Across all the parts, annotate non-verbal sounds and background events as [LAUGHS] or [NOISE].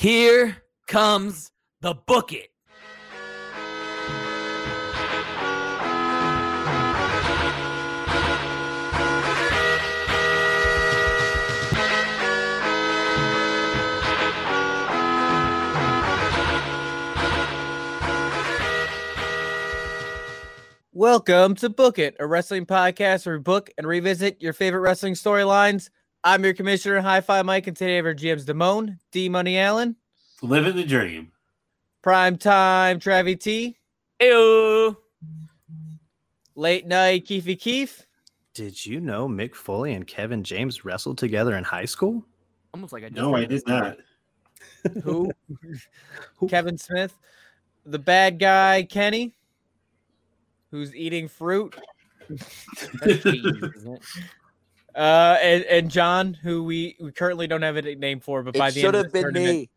Here comes the book it. Welcome to Book It, a wrestling podcast where we book and revisit your favorite wrestling storylines. I'm your commissioner, Hi Fi Mike, and today our GM's Damone, D Money Allen, Living the dream. Prime Time Travie T, Ew. Late Night Keefy [LAUGHS] Keef. Did you know Mick Foley and Kevin James wrestled together in high school? Almost like I just No, read I did this. not. Who? Kevin Smith, the bad guy Kenny, who's eating fruit, [LAUGHS] That's cheese, isn't it? uh, and, and John, who we, we currently don't have a nickname for, but by It the should end of have this been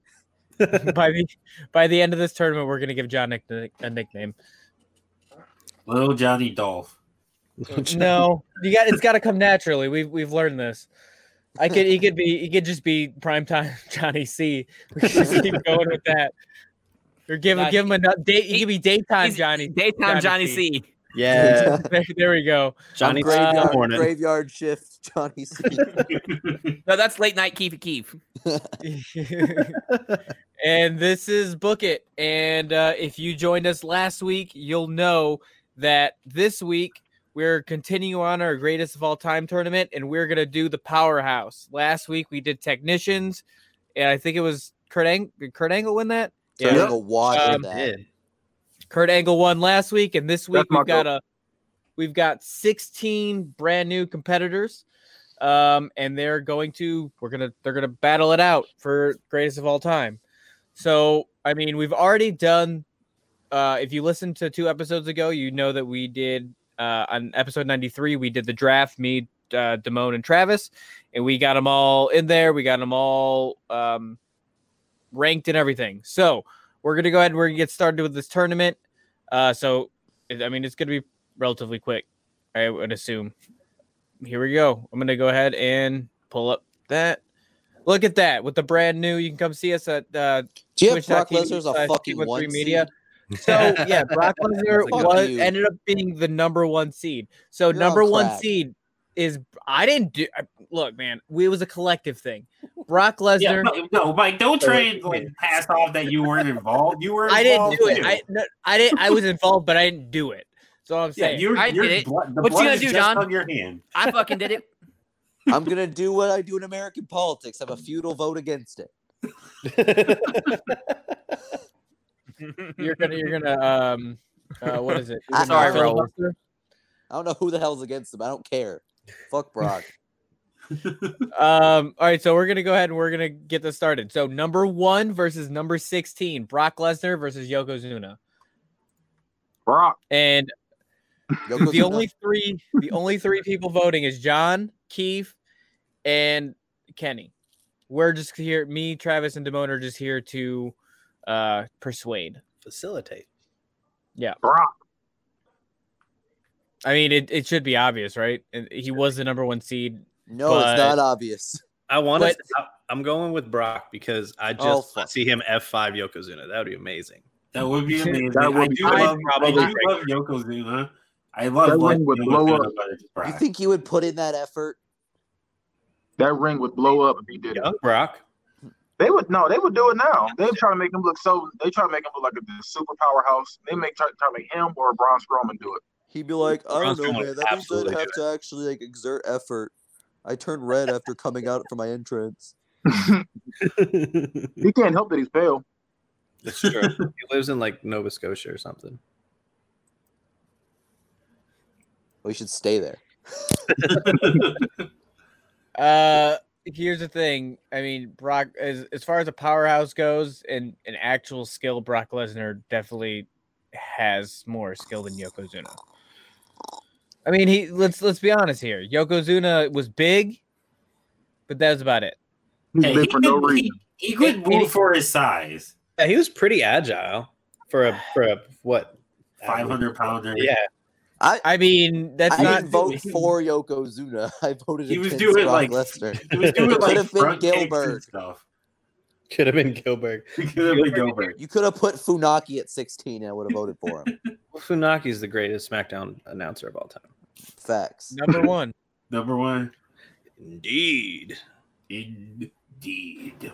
tournament, me. [LAUGHS] [LAUGHS] by the by the end of this tournament, we're gonna give John nick- a nickname. Little Johnny Dolph. No, you got it's got to come naturally. We've we've learned this. I could he could be he could just be primetime [LAUGHS] Johnny C. We could just keep going with that. Or give him Nah, give him a date. He could be daytime he's- Johnny. Daytime Johnny Johnny C. Yeah, There, there we go. [LAUGHS] Johnny I'm great. T. graveyard, Morning. graveyard shift, [LAUGHS] Johnny C. No, that's late night Keefe Keefe. and this is Book It. And uh, if you joined us last week, you'll know that this week we're continuing on our greatest of all time tournament and we're going to do the powerhouse. Last week we did technicians, and I think it was Kurt, Ang- did Kurt Angle win that? Yeah, Yep. go water Um, that. Did. Kurt Angle won last week, and this week That's we've my got a we've got 16 brand new competitors. Um, and they're going to we're gonna they're gonna battle it out for greatest of all time. So I mean, we've already done uh if you listened to two episodes ago, you know that we did uh on episode 93, we did the draft, me, uh Damone and Travis, and we got them all in there, we got them all um ranked and everything. So we're gonna go ahead and we're gonna get started with this tournament. Uh, so it- I mean, it's gonna be relatively quick, I would assume. Here we go. I'm gonna go ahead and pull up that. Look at that with the brand new. You can come see us at uh, Do you have Brock twitch.tv Lesnar's a slash fucking 213 one media. media? [LAUGHS] So yeah, Brock Lesnar Fuck was you. ended up being the number one seed. So You're number on one crack. seed is I didn't do. I, look, man, we, it was a collective thing. Brock yeah, Lesnar. Mi- no, Mike, don't try and like pass off that you weren't involved. You were. I didn't involved, do it. too. I no, I didn't. I was involved, but I didn't do it. So I'm yeah, saying. you're, I you're did it. blood, the What you blood gonna is do, just John? on your hand. I fucking did it. [LAUGHS] I'm gonna do what I do in American politics. I'm a futile vote against it. [LAUGHS] you're gonna you're gonna um uh, what is it? You're I- gonna Sorry, Raoul. filibuster? I don't know who the hell's against him. I don't care. Fuck Brock. Um, all right, so we're gonna go ahead and we're gonna get this started. So number one versus number sixteen, Brock Lesnar versus Yokozuna, Brock. and [LAUGHS] Yokozuna, the only three the only three people voting is John, Keith, and Kenny. We're just here. Me, Travis, and Damone are just here to uh persuade. Facilitate. Brock. I mean, it, it should be obvious, right? And He was the number one seed. no, but- it's not obvious. I want to. But- I'm going with Brock because I just Oh, wanna fuck. see him F5 Yokozuna. That would be amazing. That would be amazing. That would I be do amazing. love, I Probably do love Yokozuna. I love That one Yokozuna, would blow up. but it's You Brock. think he would put in that effort? That ring would blow up if he did it. Young Brock. They would no, they would do it now. They try to make him look so. They try to make him look like a super powerhouse. They make try, try to make him or Braun Strowman do it. He'd be like, I Braun don't know, Strowman man. would That means I'd absolutely have to actually like exert effort. I turned red after coming out for my entrance. He can't help that he's pale. That's true. he lives in like Nova Scotia or something. We should stay there. Uh, here's the thing. I mean, Brock, as as far as a powerhouse goes and an actual skill, Brock Lesnar definitely has more skill than Yokozuna. I mean, he let's let's be honest here. Yokozuna was big, but that was about it. He's Hey, big for no could- reason. He, he could And- move and- for his size. Yeah, he was pretty agile for a for a what? 500 pounder. Yeah, I I mean, that's I not didn't vote for Yokozuna. [LAUGHS] I voted He was against doing Brock like- Lesnar. [LAUGHS] He was doing It could like have been front kicks Gilbert. and stuff. Could have been Gilbert. Gilbert Gilbert. You could have put Funaki at 16 and I would have voted for [LAUGHS] him. Funaki is the greatest SmackDown announcer of all time. [LAUGHS] Facts. Number one. Number one. Indeed. [LAUGHS] Indeed.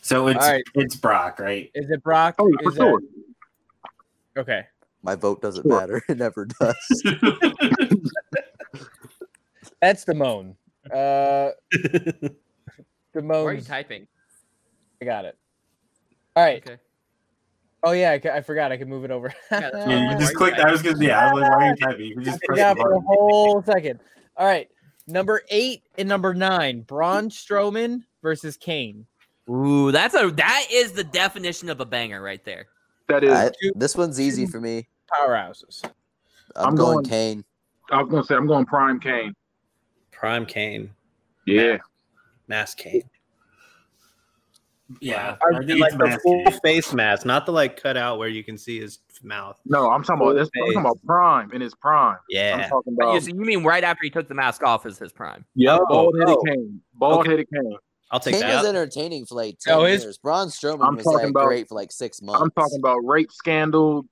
so it's All right. it's [LAUGHS] Brock, right? Is it Brock? Oh, for Is it- sure. Okay. My vote doesn't Sure. matter. [LAUGHS] It never does. [LAUGHS] That's the moan. Uh, the Why are you moan. typing? I got it. All right. Okay. Oh yeah, I, ca- I forgot. I can move it over. [LAUGHS] Yeah, [LAUGHS] that's yeah, Uh, why you can are just you click. I was gonna. Yeah, I was like, why are you typing? You can just press yeah, the for a button. whole second. All right. Number eight and number nine, Braun Strowman versus Kane. Ooh, that's a that is the definition of a banger right there. That is. I- two- this one's easy for me. Powerhouses. I'm, I'm going, going- Kane. I was gonna say I'm going Prime Kane. Prime Kane. Yeah. Mask Kane. Yeah, I I think like it's the Mask full Kane. face mask, not the like cut out where you can see his mouth. No, I'm talking about. That's, I'm talking about Prime in his prime. I'm Yeah. talking you, about. so you mean right after he took the mask off is his prime? Yeah, Oh, bald headed oh. Kane. Bald headed Kane. I'll take Kane was that. entertaining for like 10 No, his- years. Braun Strowman I'm was talking like about- great for like six months. I'm talking about rape scandal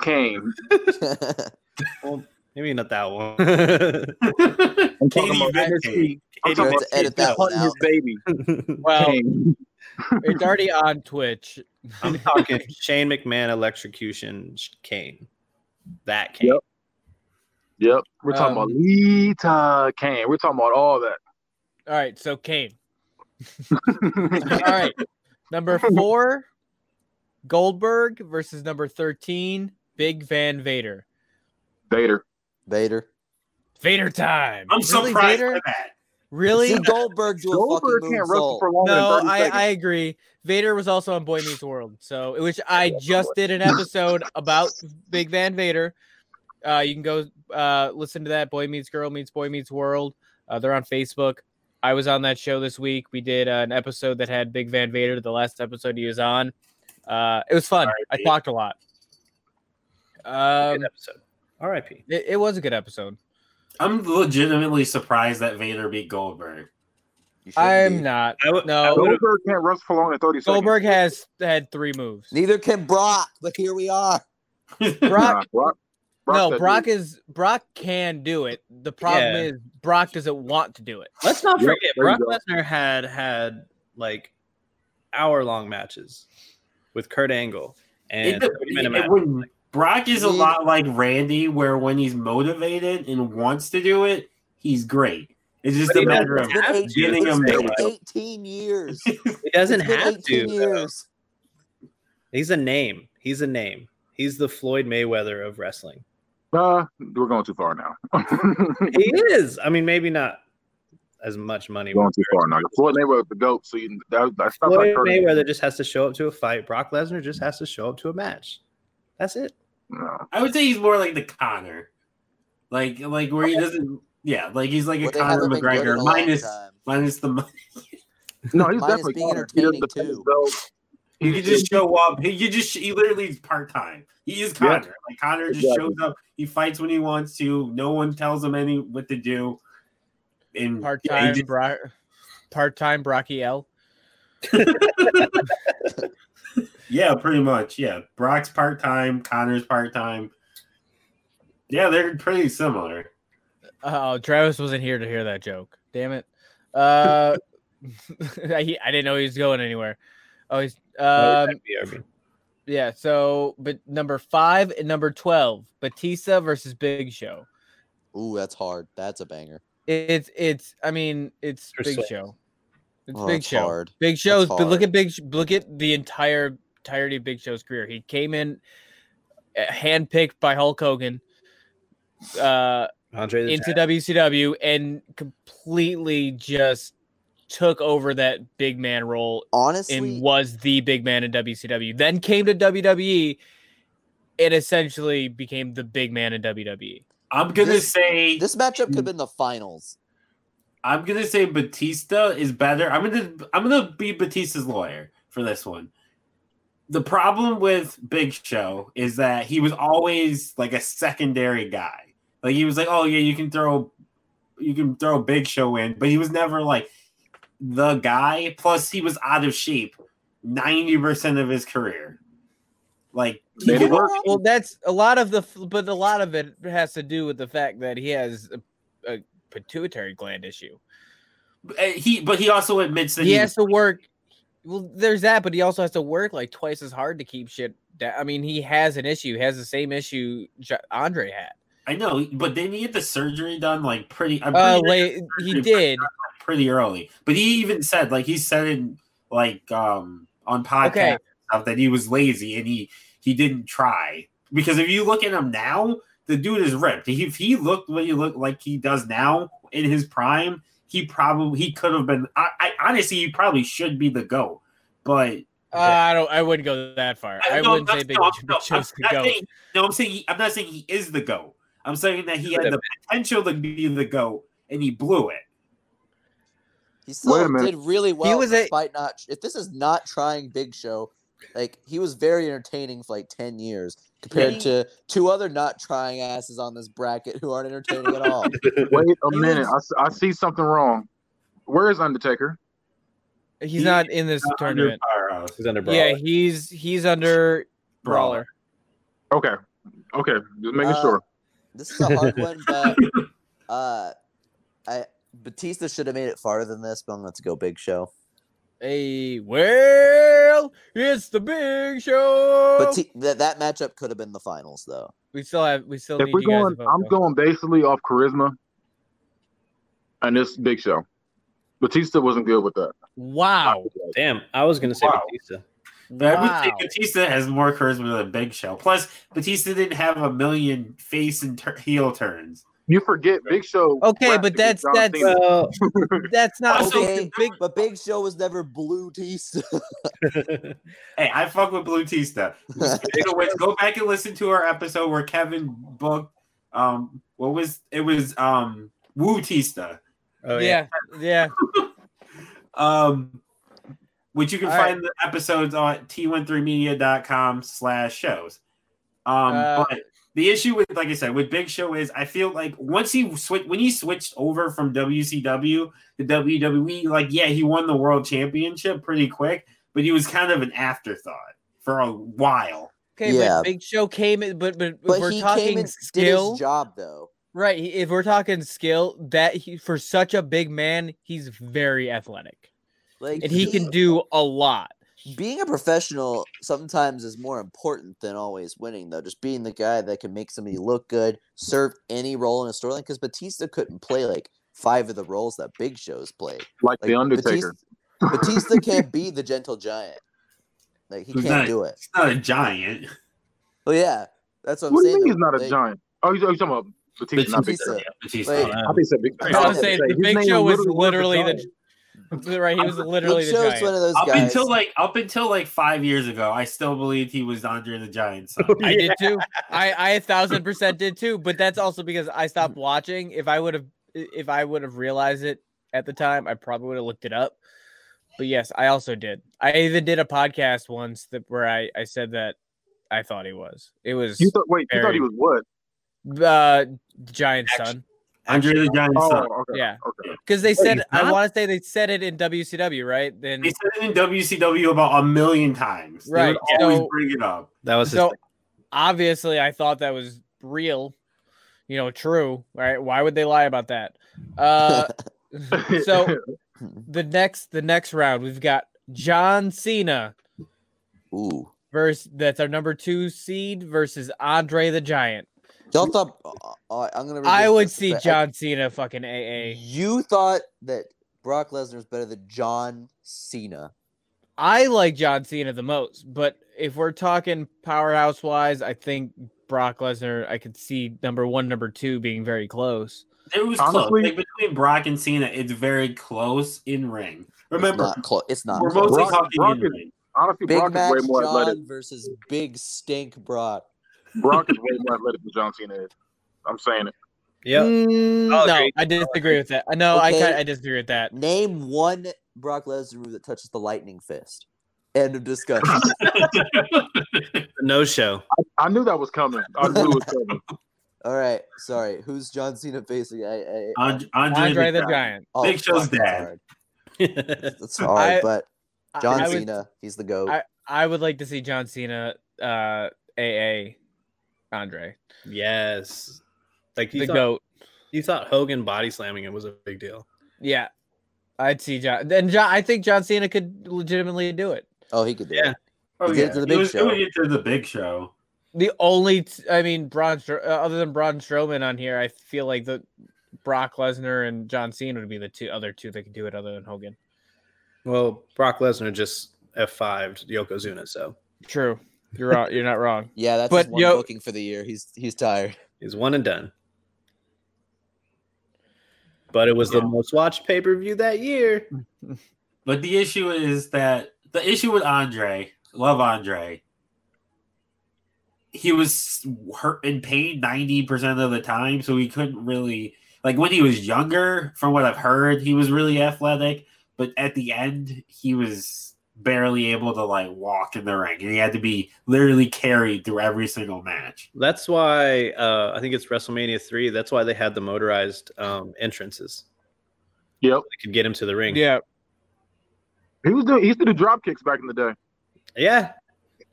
Kane. about. Maybe not that one. I'm Kane talking about event NXT. I'm Kane talking event. about Edit that one hunting his out. baby. [LAUGHS] Well, Kane. it's already on Twitch. [LAUGHS] I'm talking Shane McMahon electrocution sh- Kane. That Kane. Yep. Yep. We're talking Um, about Lita Kane. We're talking about all that. All right, so [LAUGHS] Kane. All right. Number four, Goldberg versus number 13, Big Van Vader. Vader. [LAUGHS] Vader. Vader time. I'm really, surprised Vader? by that. [LAUGHS] Really? See Goldberg do a Goldberg fucking can't wrestle moonsault. for longer No, than 30 I, seconds. I agree. Vader was also on Boy Meets World, so which I just did an episode about Big Van Vader. Uh, you can go uh, listen to that. Boy Meets Girl Meets Boy Meets World. Uh, they're on Facebook. I was on that show this week. We did uh, an episode that had Big Van Vader, the last episode he was on. Uh, it was fun. I Alright, talked a lot. Good Um, episode. R.I.P. it, it was a good episode. I'm legitimately surprised that Vader beat Goldberg. You shouldn't I'm be. not. I would. No. I would've- Goldberg can't wrestle for longer than 30 seconds. Goldberg has had three moves. Neither can Brock, but here we are. Brock Nah, Brock. Brock no, that Brock dude. is Brock can do it. The problem Yeah. is Brock doesn't want to do it. Let's not Yep, forget there you Brock Lesnar had had like hour long matches with Kurt Angle It, it, and 30 minute matches. wouldn't- Brock is a lot like Randy, where when he's motivated and wants to do it, he's great. It's just But a he matter of It's been, eight- getting it's him been there. 18 years. He doesn't It's been have 18 to. though. years. He's a name. He's a name. He's the Floyd Mayweather of [LAUGHS] wrestling. Nah, we're going too far now. [LAUGHS] He is. I mean, maybe not as much money. going too far now. Floyd Mayweather was the goat, so you, that, that's not Floyd like Mayweather just has to show up to a fight. Brock Lesnar just has to show up to a match. That's it. No. I would say he's more like the Connor, like like where he doesn't. Yeah, like he's like a Well, they Connor haven't been good in a McGregor long minus time. minus the money. [LAUGHS] no, Mine he's is definitely being Goldberg. He does entertaining, the thing, too. though. He He's- could just show up. He could just he literally is part time. He is Connor. Like Connor just Exactly. shows up. He fights when he wants to. No one tells him any what to do. And Part yeah, he time just- Brock, part time Brocky L. Yeah, pretty much. Yeah, Brock's part time, Connor's part time. Yeah, they're pretty similar. Oh, Travis wasn't here to hear that joke. Damn it. Uh, [LAUGHS] I, he- I didn't know he was going anywhere. Oh, he's um, BRB. yeah. So, but number five and number twelve, Batista versus Big Show. Ooh, that's hard. That's a banger. It's it's. I mean, it's Or Big six. Show. It's Oh, Big that's Show. hard. Big Show's but look hard. at Big Sh- look at the entire entirety of Big Show's career. He came in uh, handpicked by Hulk Hogan uh, Andre the into Giant. WCW and completely just took over that big man role Honestly, and was the big man in WCW. Then came to WWE and essentially became the big man in E. WWE. I'm gonna This- say this matchup could have been the finals. I'm gonna say Batista is better. I'm gonna I'm gonna be Batista's lawyer for this one. The problem with Big Show is that he was always like a secondary guy. Like he was like, oh yeah, you can throw you can throw Big Show in, but he was never like the guy. Plus, he was out of shape ninety percent of his career. Like he Made it could- work. Well, that's a lot of the, f- but a lot of it has to do with the fact that he has a, a pituitary gland issue. uh, he, but he also admits that he he has to work. Well, there's that, but he also has to work like twice as hard to keep shit. Down. I mean, he has an issue. He has the same issue Ja- Andre had. I know, but didn't he get the surgery done like pretty? I'm Uh, pretty, late, he did. pretty early. But he even said like he said it like um on podcast Okay. and stuff that he was lazy and he he didn't try because if you look at him now, the dude is ripped. If he looked what he looked like he does now in his prime, he probably he could have been. I, I honestly, he probably should be the go, but. Uh, I don't. I wouldn't go that far. I, no, wouldn't I'm say not- Big no, I'm- J- no, I'm chose to not go. saying- no, I'm saying he, I'm not saying he is the go. I'm saying that he had Wait a the potential to be the go, and he blew it. He Wait a still minute. did really well was a- despite not. If this is not trying Big Show, like he was very entertaining for like ten years compared he- to two other not trying asses on this bracket who aren't entertaining at all. Wait a minute. I, s- I see something wrong. Where is Undertaker? He's not in this Under tournament. Pyro, He's under Yeah, Brawler. he's he's under Brawler. brawler. Okay. Okay. Just making Uh, sure. This is a [LAUGHS] hard one, but uh, I Batista should have made it farther than this. But I'm going to go Big Show. Hey, well, it's the Big Show. Oh. But t- that that matchup could have been the finals though. we still have. We still If need we're you guys. going, to vote, I'm though. going basically off charisma and this big show. Batista wasn't good with that. Wow. Damn, I was gonna say Wow. Batista. But I would Wow. say Batista has more charisma than Big Show. Plus, Batista didn't have a million face and tur heel turns. You forget Big Show. Okay, wrestled but that's John that's Cena. that's not Also- Okay, big. but Big Show was never blue [LAUGHS] Tista. Hey, I fuck with Blue Tista. Speaking of which, go back and listen to our episode where Kevin booked um what was it was um Woo Tista. [LAUGHS] Oh yeah. yeah, yeah. Um which you can All right. find the episodes on t13media.com slash shows. Um Uh, but the issue with like I said with Big Show is I feel like once he switch when he switched over from WCW to WWE, like yeah, he won the world championship pretty quick, but he was kind of an afterthought for a while. Okay, Yeah. but Big Show came in, but but, But if we're he talking came and did skill, his job though. right? he- If we're talking skill, that he for such a big man, he's very athletic, Like and he can do a lot. being a professional sometimes is more important than always winning though just being the guy that can make somebody look good serve any role in a storyline because batista couldn't play like five of the roles that big shows played like, like the Undertaker. [LAUGHS] batista, batista can't be the gentle giant like he He's can't not- do it He's not a giant. well yeah that's what i'm What do you saying mean he's though. not a Like- giant? Oh, you're, oh, you're talking about Batista. not Big Batista. Show. Batista. Wait. I think said Big I I was was gonna gonna say, say, the his Big name Show was worth a literally the- dollar. Right, he was literally the big show's one giant. of those up guys until like up until like five years ago, I still believed he was Andre the Giant's son. [LAUGHS] I did too. I I a thousand percent did too. But that's also because I stopped watching. If I would have, if I would have realized it at the time, I probably would have looked it up. But yes, I also did. I even did a podcast once that where I I said that I thought he was. It was You thought, wait, you thought Very- he was what? uh giant son Andre the Giant's Oh, son. okay. Yeah. Okay. because they Wait, said he's I not? want to say they said it in WCW right then. They said it in WCW about a million times. They Right, would always so- bring it up. That was his So obviously, I thought that was real, you know, true, right? Why would they lie about that? Uh, so the next the next round, we've got John Cena ooh versus that's our number two seed versus Andre the Giant. y'all thought uh, uh, i'm gonna I revisit would this, see but I- John Cena fucking AA. you thought that brock lesnar was better than john cena I like John Cena the most, but if we're talking powerhouse wise, I think Brock Lesnar. I could see number one, number two being very close. It was Honestly- close. Like between Brock and Cena, it's very close in ring. Remember, it's not close it's not we're close. mostly Brock- talking Brock in is- ring. [LAUGHS] Honestly, Big Brock is Mac way more John athletic. versus Big Stink Brock. Brock is way more athletic than John Cena is. I'm saying it. yeah. Mm, I'll no, agree. I disagree with that. Uh, No, I Okay. kind I disagree with that. Name one Brock Lesnar move that touches the lightning fist. End [LAUGHS] of discussion. no show. I knew that was coming. I knew it was coming. All right, sorry. Who's John Cena facing? I, I, And- Andre, Andre the Giant. oh, Big Show's fuck, that's dad. hard. That's hard, I- but I- John I would- Cena, he's the goat. I would like to see John Cena, uh, AA, Andre, yes. Like you the thought, goat. you thought Hogan body slamming him was a big deal. Yeah, I'd see John. Then John, I think John Cena could legitimately do it. oh, he could do Yeah. it. [LAUGHS] Oh, He did it yeah. to the He Big was Show. doing it to the big show. The only, t- I mean, Braun, Stro- uh, other than Braun Strowman on here, I feel like the Brock Lesnar and John Cena would be the two other two that could do it, other than Hogan. Well, Brock Lesnar just F5'd Yokozuna, so True, you're wrong. You're not wrong. Yeah, that's But, his one yo- booking for the year. He's he's tired. [LAUGHS] he's one and done. But it was the most watched pay per view that year. But the issue is that the issue with Andre, love Andre, he was hurt in pain 90% of the time, so he couldn't really like when he was younger, from what I've heard, he was really athletic, but at the end he was barely able to like walk in the ring and he had to be literally carried through every single match. That's why uh, I think it's WrestleMania three. That's why they had the motorized um, entrances. Yep. They could get him to the ring. Yeah, He was doing. He used to do drop kicks back in the day. yeah.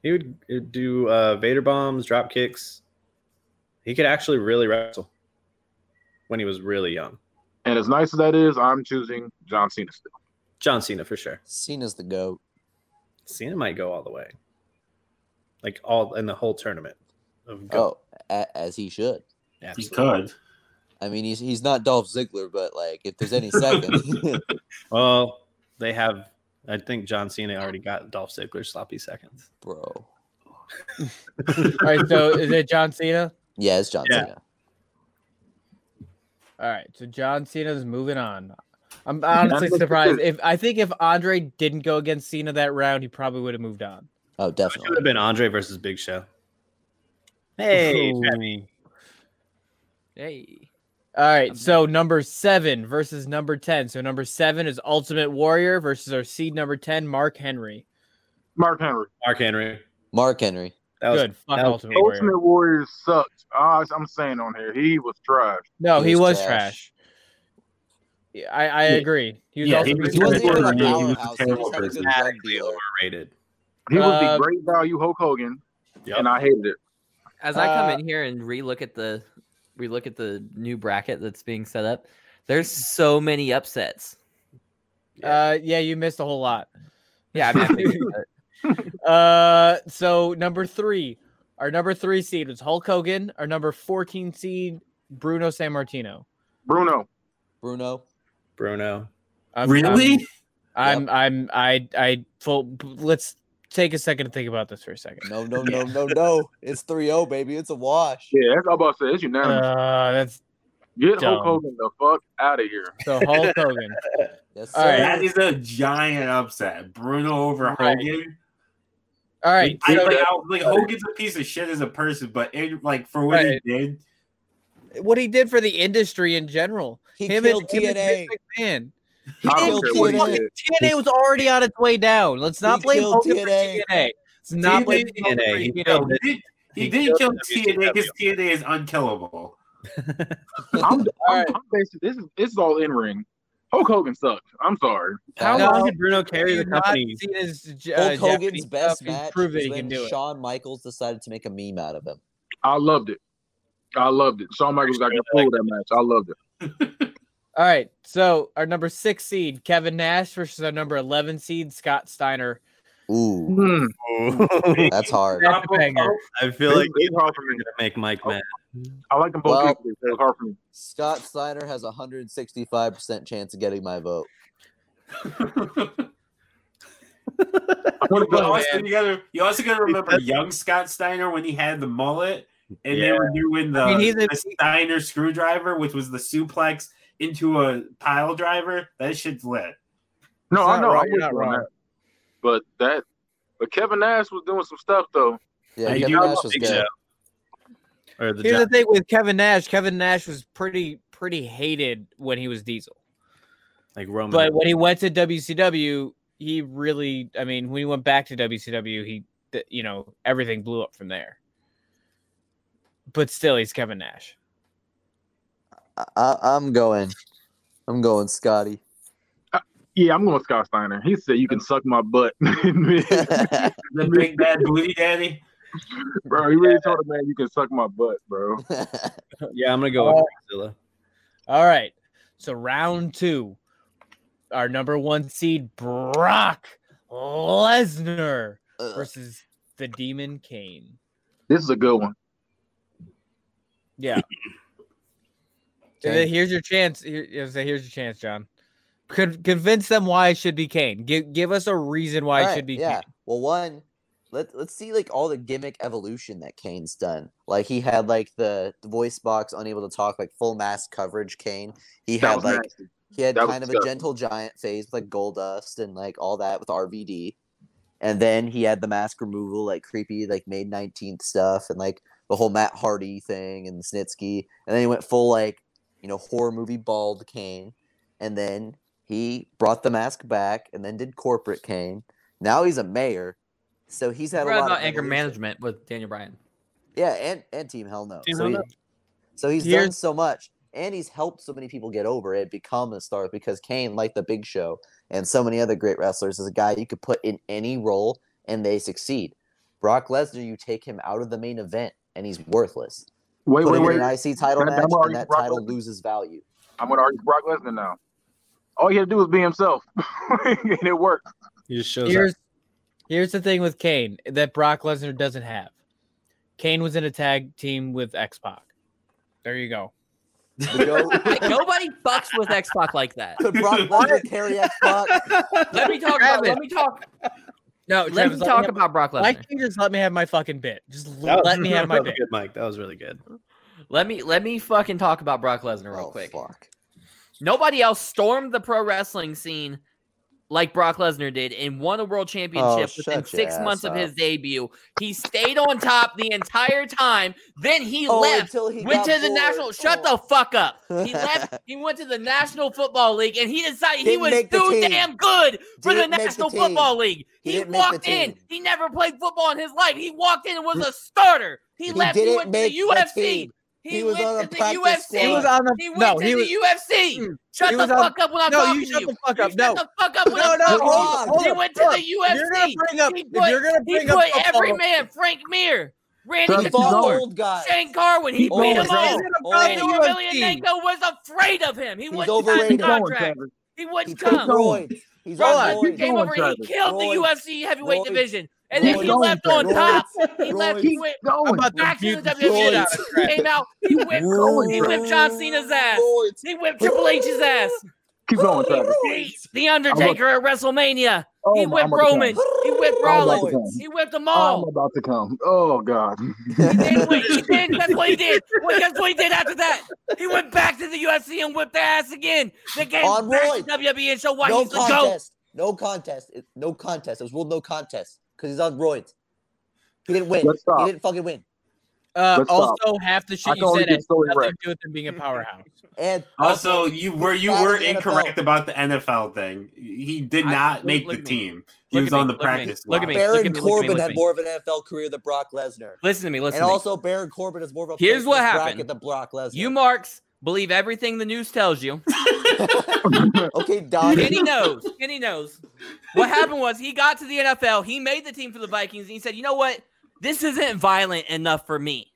He would he'd do uh, Vader bombs, drop kicks. He could actually really wrestle when he was really young. And as nice as that is, I'm choosing John Cena. Still. John Cena for sure. Cena's the goat. Cena might go all the way, like all in the whole tournament. Of Oh, a- as he should. He absolutely. could. I mean, he's he's not Dolph Ziggler, but like if there's any second, [LAUGHS] Well, they have. I think John Cena already got Dolph Ziggler's sloppy seconds. bro. All right, so is it John Cena? Yeah, it's John Yeah. Cena. All right, so John Cena's moving on. I'm honestly That's what it surprised. is. If I think if Andre didn't go against Cena that round, he probably would have moved on. Oh, It would definitely. have been Andre versus Big Show. Hey, Ooh. Fabi. Hey. All right, so number seven versus number ten. So number seven is Ultimate Warrior versus our seed number ten, Mark Henry. Mark Henry. Mark Henry. Mark Henry. That was Good, fuck that was Ultimate big. Warrior. Ultimate Warriors sucked. Ah, I'm saying on here, he was trash. No, He he was was, trash. trash. Yeah, I, I Yeah. agree. He was Yeah, also he was He wasn't Terrible even a person. He was a powerhouse. He terrible was a good person. drug Radically dealer. overrated. He was Uh, the great value Hulk Hogan, Yep. and I hated it. As I come Uh, in here and relook at the relook at the new bracket that's being set up, there's so many upsets. uh, yeah, you missed a whole lot. Yeah, I mean, I figured, but- Uh, so number three, our number three seed was Hulk Hogan. Our number fourteen seed, Bruno San Martino. Bruno. Bruno. Bruno. Really? I'm, I'm, I, I full. Let's take a second to think about this for a second. No, no, no, no, no. It's 3-0, baby. It's a wash. Yeah, that's all I'm about to say. It's Um, unanimous. Uh, that's Get dumb. Hulk Hogan the fuck out of here. so Hulk Hogan. Yes, All sir. right. That is a giant upset. Bruno over Right. Hogan. [LAUGHS] All right, I, so like, I, like Hogan's a piece of shit as a person, but it, like for what Right. he did, what he did for the industry in general, He him and, killed him and TNA. Vince McMahon. He killed I didn't don't care what TNA. kill he did. TNA was already on its way down. Let's not He blame killed Hogan for TNA. TNA. Let's not TNA blame TNA. Hogan for He TNA. killed he, did, he, He didn't kill killed TNA because TNA is [LAUGHS] unkillable. I'm, All I'm, right. I'm basically this is this is all in ring. Hulk Hogan sucked. I'm sorry. [LAUGHS] How No. long Hulk did Bruno carry the company? Seen his, uh, Hogan's Japanese best stuff and match prove that was he can when do it. Shawn Michaels decided to make a meme out of him. I loved it. I loved it. Shawn Michaels got control of that match. I loved it. All right, so our number six seed Kevin Nash versus our number eleven seed Scott Steiner. [LAUGHS] Ooh, that's hard. That's a banger. Oh. [LAUGHS] I feel like It's- it's hard for we're me. gonna make Mike mad. I like them both Well- equally, so It's hard for me. Scott Steiner has a 165% chance of getting my vote. but man. also, you gotta you also gotta remember young Scott Steiner when he had the mullet and they were doing the, I mean, he's a- the Steiner screwdriver, which was the suplex into a pile driver. That shit's lit. No, It's not I know. wrong, I'm you're with not you on wrong. that. But that, but Kevin Nash was doing some stuff though. Yeah, I Kevin do Nash was Big good. Show. Or the Here's John- the thing with Kevin Nash. Kevin Nash was pretty pretty hated when he was Diesel, like Roman. but when he went to WCW, he really. I mean, when he went back to WCW, he th- you know everything blew up from there. But still, he's Kevin Nash. [LAUGHS] [LAUGHS] I, I, I'm going. I'm going Scotty. Yeah, I'm going with Scott Steiner. He said you can suck my butt. [LAUGHS] Uh, [LAUGHS] The big bad booty daddy. bro, he really told the man you can suck my butt, bro. Yeah, I'm gonna go with Oh. Godzilla. All right. So round two, our number one seed Brock Lesnar Ugh. versus the Demon Kane. This is a good one. Yeah. Okay. Here's your chance. Here, I'll say here's your chance, John. Con- convince them why it should be Kane. Give give us a reason why it Alright, should be yeah. Kane. Well, one, let let's see like all the gimmick evolution that Kane's done. Like he had like the, the voice box unable to talk, like full mask coverage. Kane. He That had was like nasty. he had That was kind of a disgusting. gentle giant phase with like gold dust and like all that with RVD, and then he had the mask removal, like creepy, like May nineteenth stuff, and like the whole Matt Hardy thing and Snitsky, and then he went full like you know horror movie bald Kane, and then he brought the mask back, and then did corporate Kane. Now he's a mayor, so he's had We're a lot about of anger evolution. management with Daniel Bryan. Yeah, and and Team Hell No. Team so, Hell he- No. so he's done Here's- so much, and he's helped so many people get over it, become a star. Because Kane, like the Big Show, and so many other great wrestlers, is a guy you could put in any role and they succeed. Brock Lesnar, you take him out of the main event, and he's worthless. Wait, Put wait, him wait. in an IC title That- that match, already and that Brock title Lesnar. loses [LAUGHS] value. I'm gonna argue Brock Lesnar now. All he had to do was be himself, [LAUGHS] and it worked. He just shows up. Here's here's the thing with Kane that Brock Lesnar doesn't have. Kane was in a tag team with X Pac. There you go. The Like, goat- nobody fucks with X Pac like that. could Brock Lesnar [LAUGHS] carry X Pac? Let me talk. About, Travis. let me talk. No, Let Travis, me let talk have- about Brock Lesnar. Why can't you just let me have my fucking bit? Just [LAUGHS] That was- let me have my that was bit. good, Mike. That was really good. Let me let me fucking talk about Brock Lesnar real Oh, quick. fuck. Nobody else stormed the pro wrestling scene like Brock Lesnar did and won a world championship within Oh, shut your six ass months of up. his debut. He stayed on top the entire time. Then he Oh, left. until he went got to the bored. national. Shut Oh. [LAUGHS] the fuck up. He left. he went to the National Football League, and he decided he Didn't was make the too team. damn good for Didn't the make the National team. Football League. He He, didn't make the walked in. team. He never played football in his life. He walked in and was a starter. He, He left. He didn't went to the make the UFC. team. He was on a went to the practice UFC. squad. He was on the He went no. to he the was, UFC. Mm. Shut He the was on- fuck up when I'm No, talking you to shut you. the fuck You up. shut No. the fuck up when No, I'm no, talking hold on, to you. He hold went to on. the If You're gonna UFC. bring up. He put, if you're gonna he bring up put football- every man, Frank Mir, Randy He fought Couture, old guys. Shane Carwin. He Old beat guys. them all. Old Randy guys. UFC. Emelianenko was afraid of him. He He's wouldn't sign the overrated. Keep going, contract. Travis. He He's wouldn't on come. roids. He's Bro, on I keep roids. Came over and he Travis. killed the Roids. UFC heavyweight Roids. division, and then Keep he going, left on Travis. top. Roids. He left. Roids. He went I'm about to back to rebuke the the shit WWE. out of Travis. Came out. He whipped. He Roids. whipped John Cena's ass. Roids. He whipped Triple H's ass. Keep going, Travis. He- The Undertaker at WrestleMania. Oh, He my- whipped I'm about to Roman. come. He whipped I'm about to Rollins. come. He whipped them I'm all. about to come. Oh God. Then wait, he did. That's what he did. Well, guess what he did after that? He went back to the UFC and whipped their ass again. They came On back Roy. to WWE and showed why no he's the GOAT. contest. No contest. It- No contest. It was ruled no contest because he's on roids. He didn't win. Let's stop. He didn't fucking win. Uh, Let's stop. also, half the I shit can you only said get has so nothing to erect. do with [LAUGHS] him being a powerhouse. And Oh, Also, you were you Bad were in the NFL. incorrect about the NFL thing. He did I- not look- make look the at me. team. He Look was at me, on the look at me, practice look at squad. me. Baron look at me, Corbin look at had me. more of an NFL career than Brock Lesnar. Listen to me. Listen. And to me. also, Baron Corbin is more of a Here's place what in this happened. bracket than Brock Lesnar. you marks believe everything the news tells you. okay, Don. Kenny knows. Kenny knows. What happened was he got to the NFL. He made the team for the Vikings, and he said, "You know what? This isn't violent enough for me.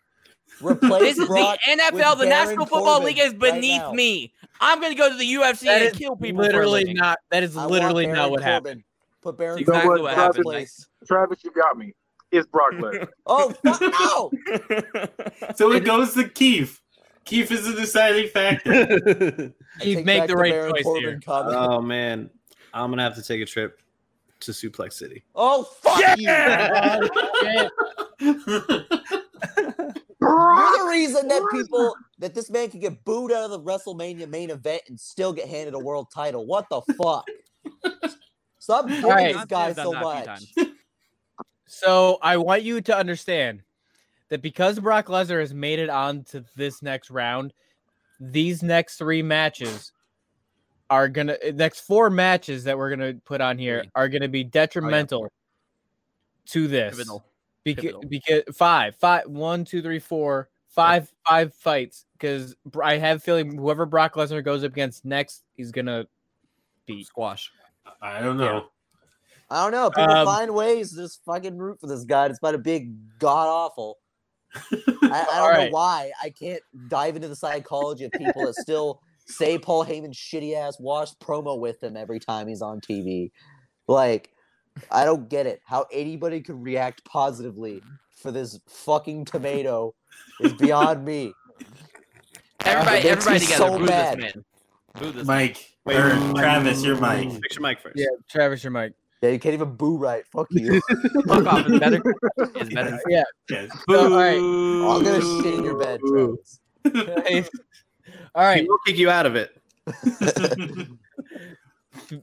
Replace This is Brock. [LAUGHS] the NFL. The Baron National Football Corbin League is right beneath now. me. I'm going to go to the UFC That and is kill people. for a Literally living." not. That is I want literally Baron not what Corbin. happened. Put Baron It's exactly Corbin what in happened, his Mike. place. [LAUGHS] Travis, you got me. It's Brock Lesnar. Oh fuck no! So [LAUGHS] it goes to Keith. Keith is the deciding factor. [LAUGHS] I Keith, take make back the right Baron choice Corbin here. comment. oh man, I'm gonna have to take a trip to Suplex City. oh fuck you! [LAUGHS] Oh, You're the reason that people that this man could get booed out of the WrestleMania main event and still get handed a world title. What the [LAUGHS] fuck? Stop giving right. this I've guy said that so a few much. times. So I want you to understand that because Brock Lesnar has made it on to this next round, these next three matches are gonna eh, next four matches that we're gonna put on here Three. Oh, are gonna be detrimental to this. Pivotal. Because, pivotal. because five, five, one, two, three, four, five, five fights. Because I have a feeling whoever Brock Lesnar goes up against next, he's gonna beat. Squash. I don't know. I don't know. People Um, find ways to just fucking root for this guy. It's about a big god awful. [LAUGHS] I, I don't know Alright. why. I can't dive into the psychology of people that still say Paul Heyman's shitty ass wash promo with him every time he's on TV. Like, I don't get it. How anybody could react positively for this fucking tomato is beyond me. Everybody, makes me everybody together. so boo mad. this man. Boo this man. Mike or Travis, you're Mike. Fix your mic first. Yeah, Travis, your [LAUGHS] mic. Yeah, you can't even boo right. Fuck you. Fuck off. It's better. It's [LAUGHS] better. Yeah. [LAUGHS] Yes. So, all right. I'm gonna shit in your bed, Travis. All right. We'll kick you out of it.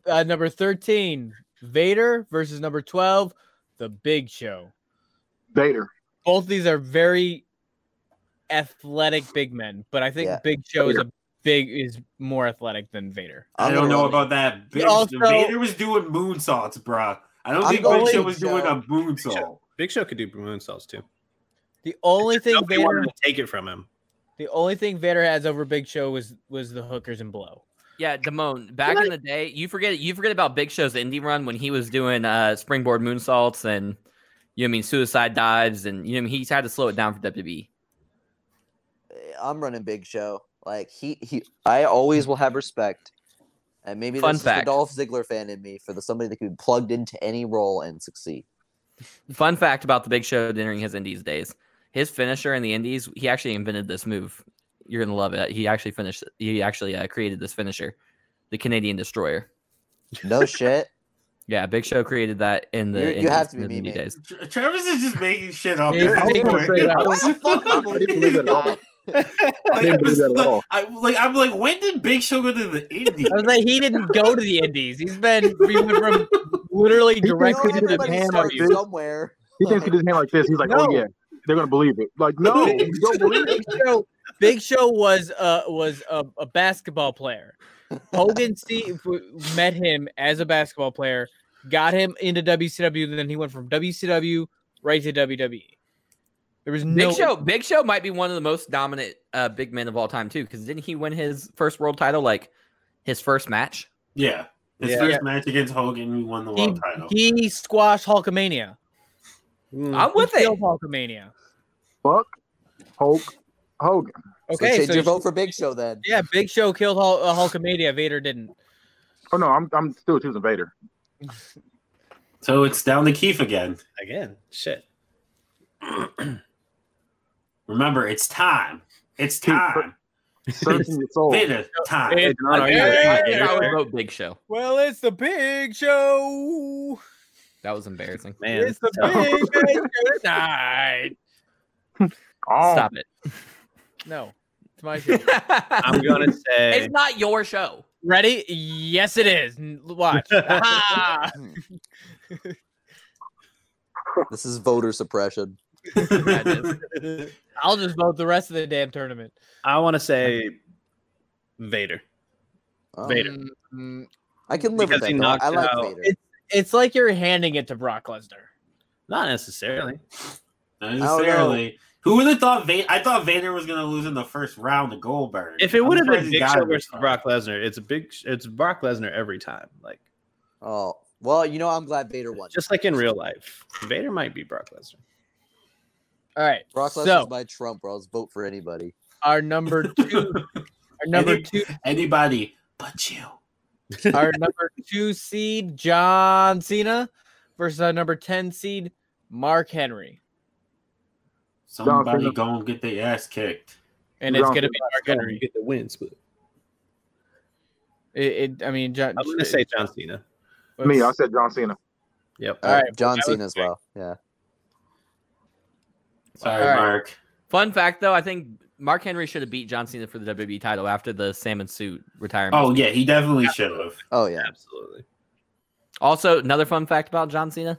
Uh, number 13, Vader versus number 12, The Big Show. Vader. Both of these are very athletic big men, but I think Yeah. Big Show is a big is more athletic than Vader. I I'm don't gonna know let about that. Bitch, Also- Vader was doing moonsaults, bruh. I don't I'm think going Big Show was doing Joe. a moonsault. Big Show could do moonsaults too. The only thing Nobody Vader wanted to take it from him. the only thing Vader has over Big Show was was the hookers and blow. Yeah, Damone. Back in the day, you forget you forget about Big Show's indie run when he was doing uh springboard moonsaults and you know what I mean suicide dives and you know what I mean, he's had to slow it down for WWE. I'm running Big Show. Like he, he, I always will have respect. And maybe Fun this is the fact. Dolph Ziggler fan in me for the somebody that can be plugged into any role and succeed. Fun fact about the Big Show during his Indies days: his finisher in the Indies, he actually invented this move. You're gonna love it. He actually finished. He actually uh, created this finisher, the Canadian Destroyer. No shit. Yeah, Big Show created that in the You- you Indies- have to be in the me, Indie man. days. Tra- Travis is just making shit up. [LAUGHS] Yeah, at I this think point. that's right. Why the fuck do I [LAUGHS] believe didn't believe this it at all. guy? Like, didn't I was- believe that at all. I, like, I'm like, when did Big Show go to the Indies? I was like, he didn't go to the Indies. He's been we went from literally He You know, directly to the everybody hand starts like this. somewhere. He thinks he just hand like this. He's like, oh No. yeah, they're gonna believe it. Like, no, you don't believe it. Big Show, Big Show was uh was a, a basketball player. Hogan [LAUGHS] Steve met him as a basketball player, got him into WCW, and then he went from WCW right to WWE. There was no Big Show, Big Show might be one of the most dominant uh, big men of all time too, because didn't he win his first world title like his first match? Yeah. His Yeah. first match against Hogan, he won the he, world title. he squashed Hulkamania. I'm with he killed it. Hulkamania. Fuck, Hulk, Hogan. Okay, Okay, change so, your vote for Big Show then. yeah, Big Show killed Hul- uh, Hulkamania. Vader didn't. Oh no, I'm I'm still choosing Vader. so it's down to Keith again. Again, shit. Remember, it's time. It's Keith, time. Searching your soul. Vader, time. Vader, Time. Vader, Vader, Vader. I Vader. would vote Big Show. Well, it's the Big Show. That was embarrassing. Man, it's the tough. Big Show tonight. Oh, Stop it. No, it's my show. I'm [LAUGHS] gonna say it's not your show. Ready? Yes, it is. N- Watch. Ah! This is voter suppression. [LAUGHS] I'll just vote the rest of the damn tournament. I want to say Vader. Oh, Vader. Mm, I can live Because he with that. though. I knocked like out- Vader. It's like you're handing it to Brock Lesnar. Not necessarily. Not know. necessarily. Who would have thought Vader? I thought Vader was going to lose in the first round to Goldberg. If it I'm would have been surprised he Big got Show him versus this far. Brock Lesnar, it's a big. It's Brock Lesnar every time. Like Oh well, you know I'm glad Vader won. just like in real life, Vader might be Brock Lesnar. All right. Brock Lesnar's so my Trump, or I'll just vote for anybody. our number two, our number two, [LAUGHS] Anybody but you. our number two seed John Cena versus our number ten seed Mark Henry, Somebody Cena. gonna get their ass kicked. and it's John gonna be Mark Henry. get the wins, but It, it, I mean, John. I'm gonna say John Cena. Me, I said John Cena. Yep. All All right, right, Uh, John that was Cena as well. Yeah. Sorry, All right. Mark. Fun fact though, I think Mark Henry should have beat John Cena for the WWE title after the salmon suit retirement. Oh yeah, he definitely should have. Oh yeah. Absolutely. Also, another fun fact about John Cena.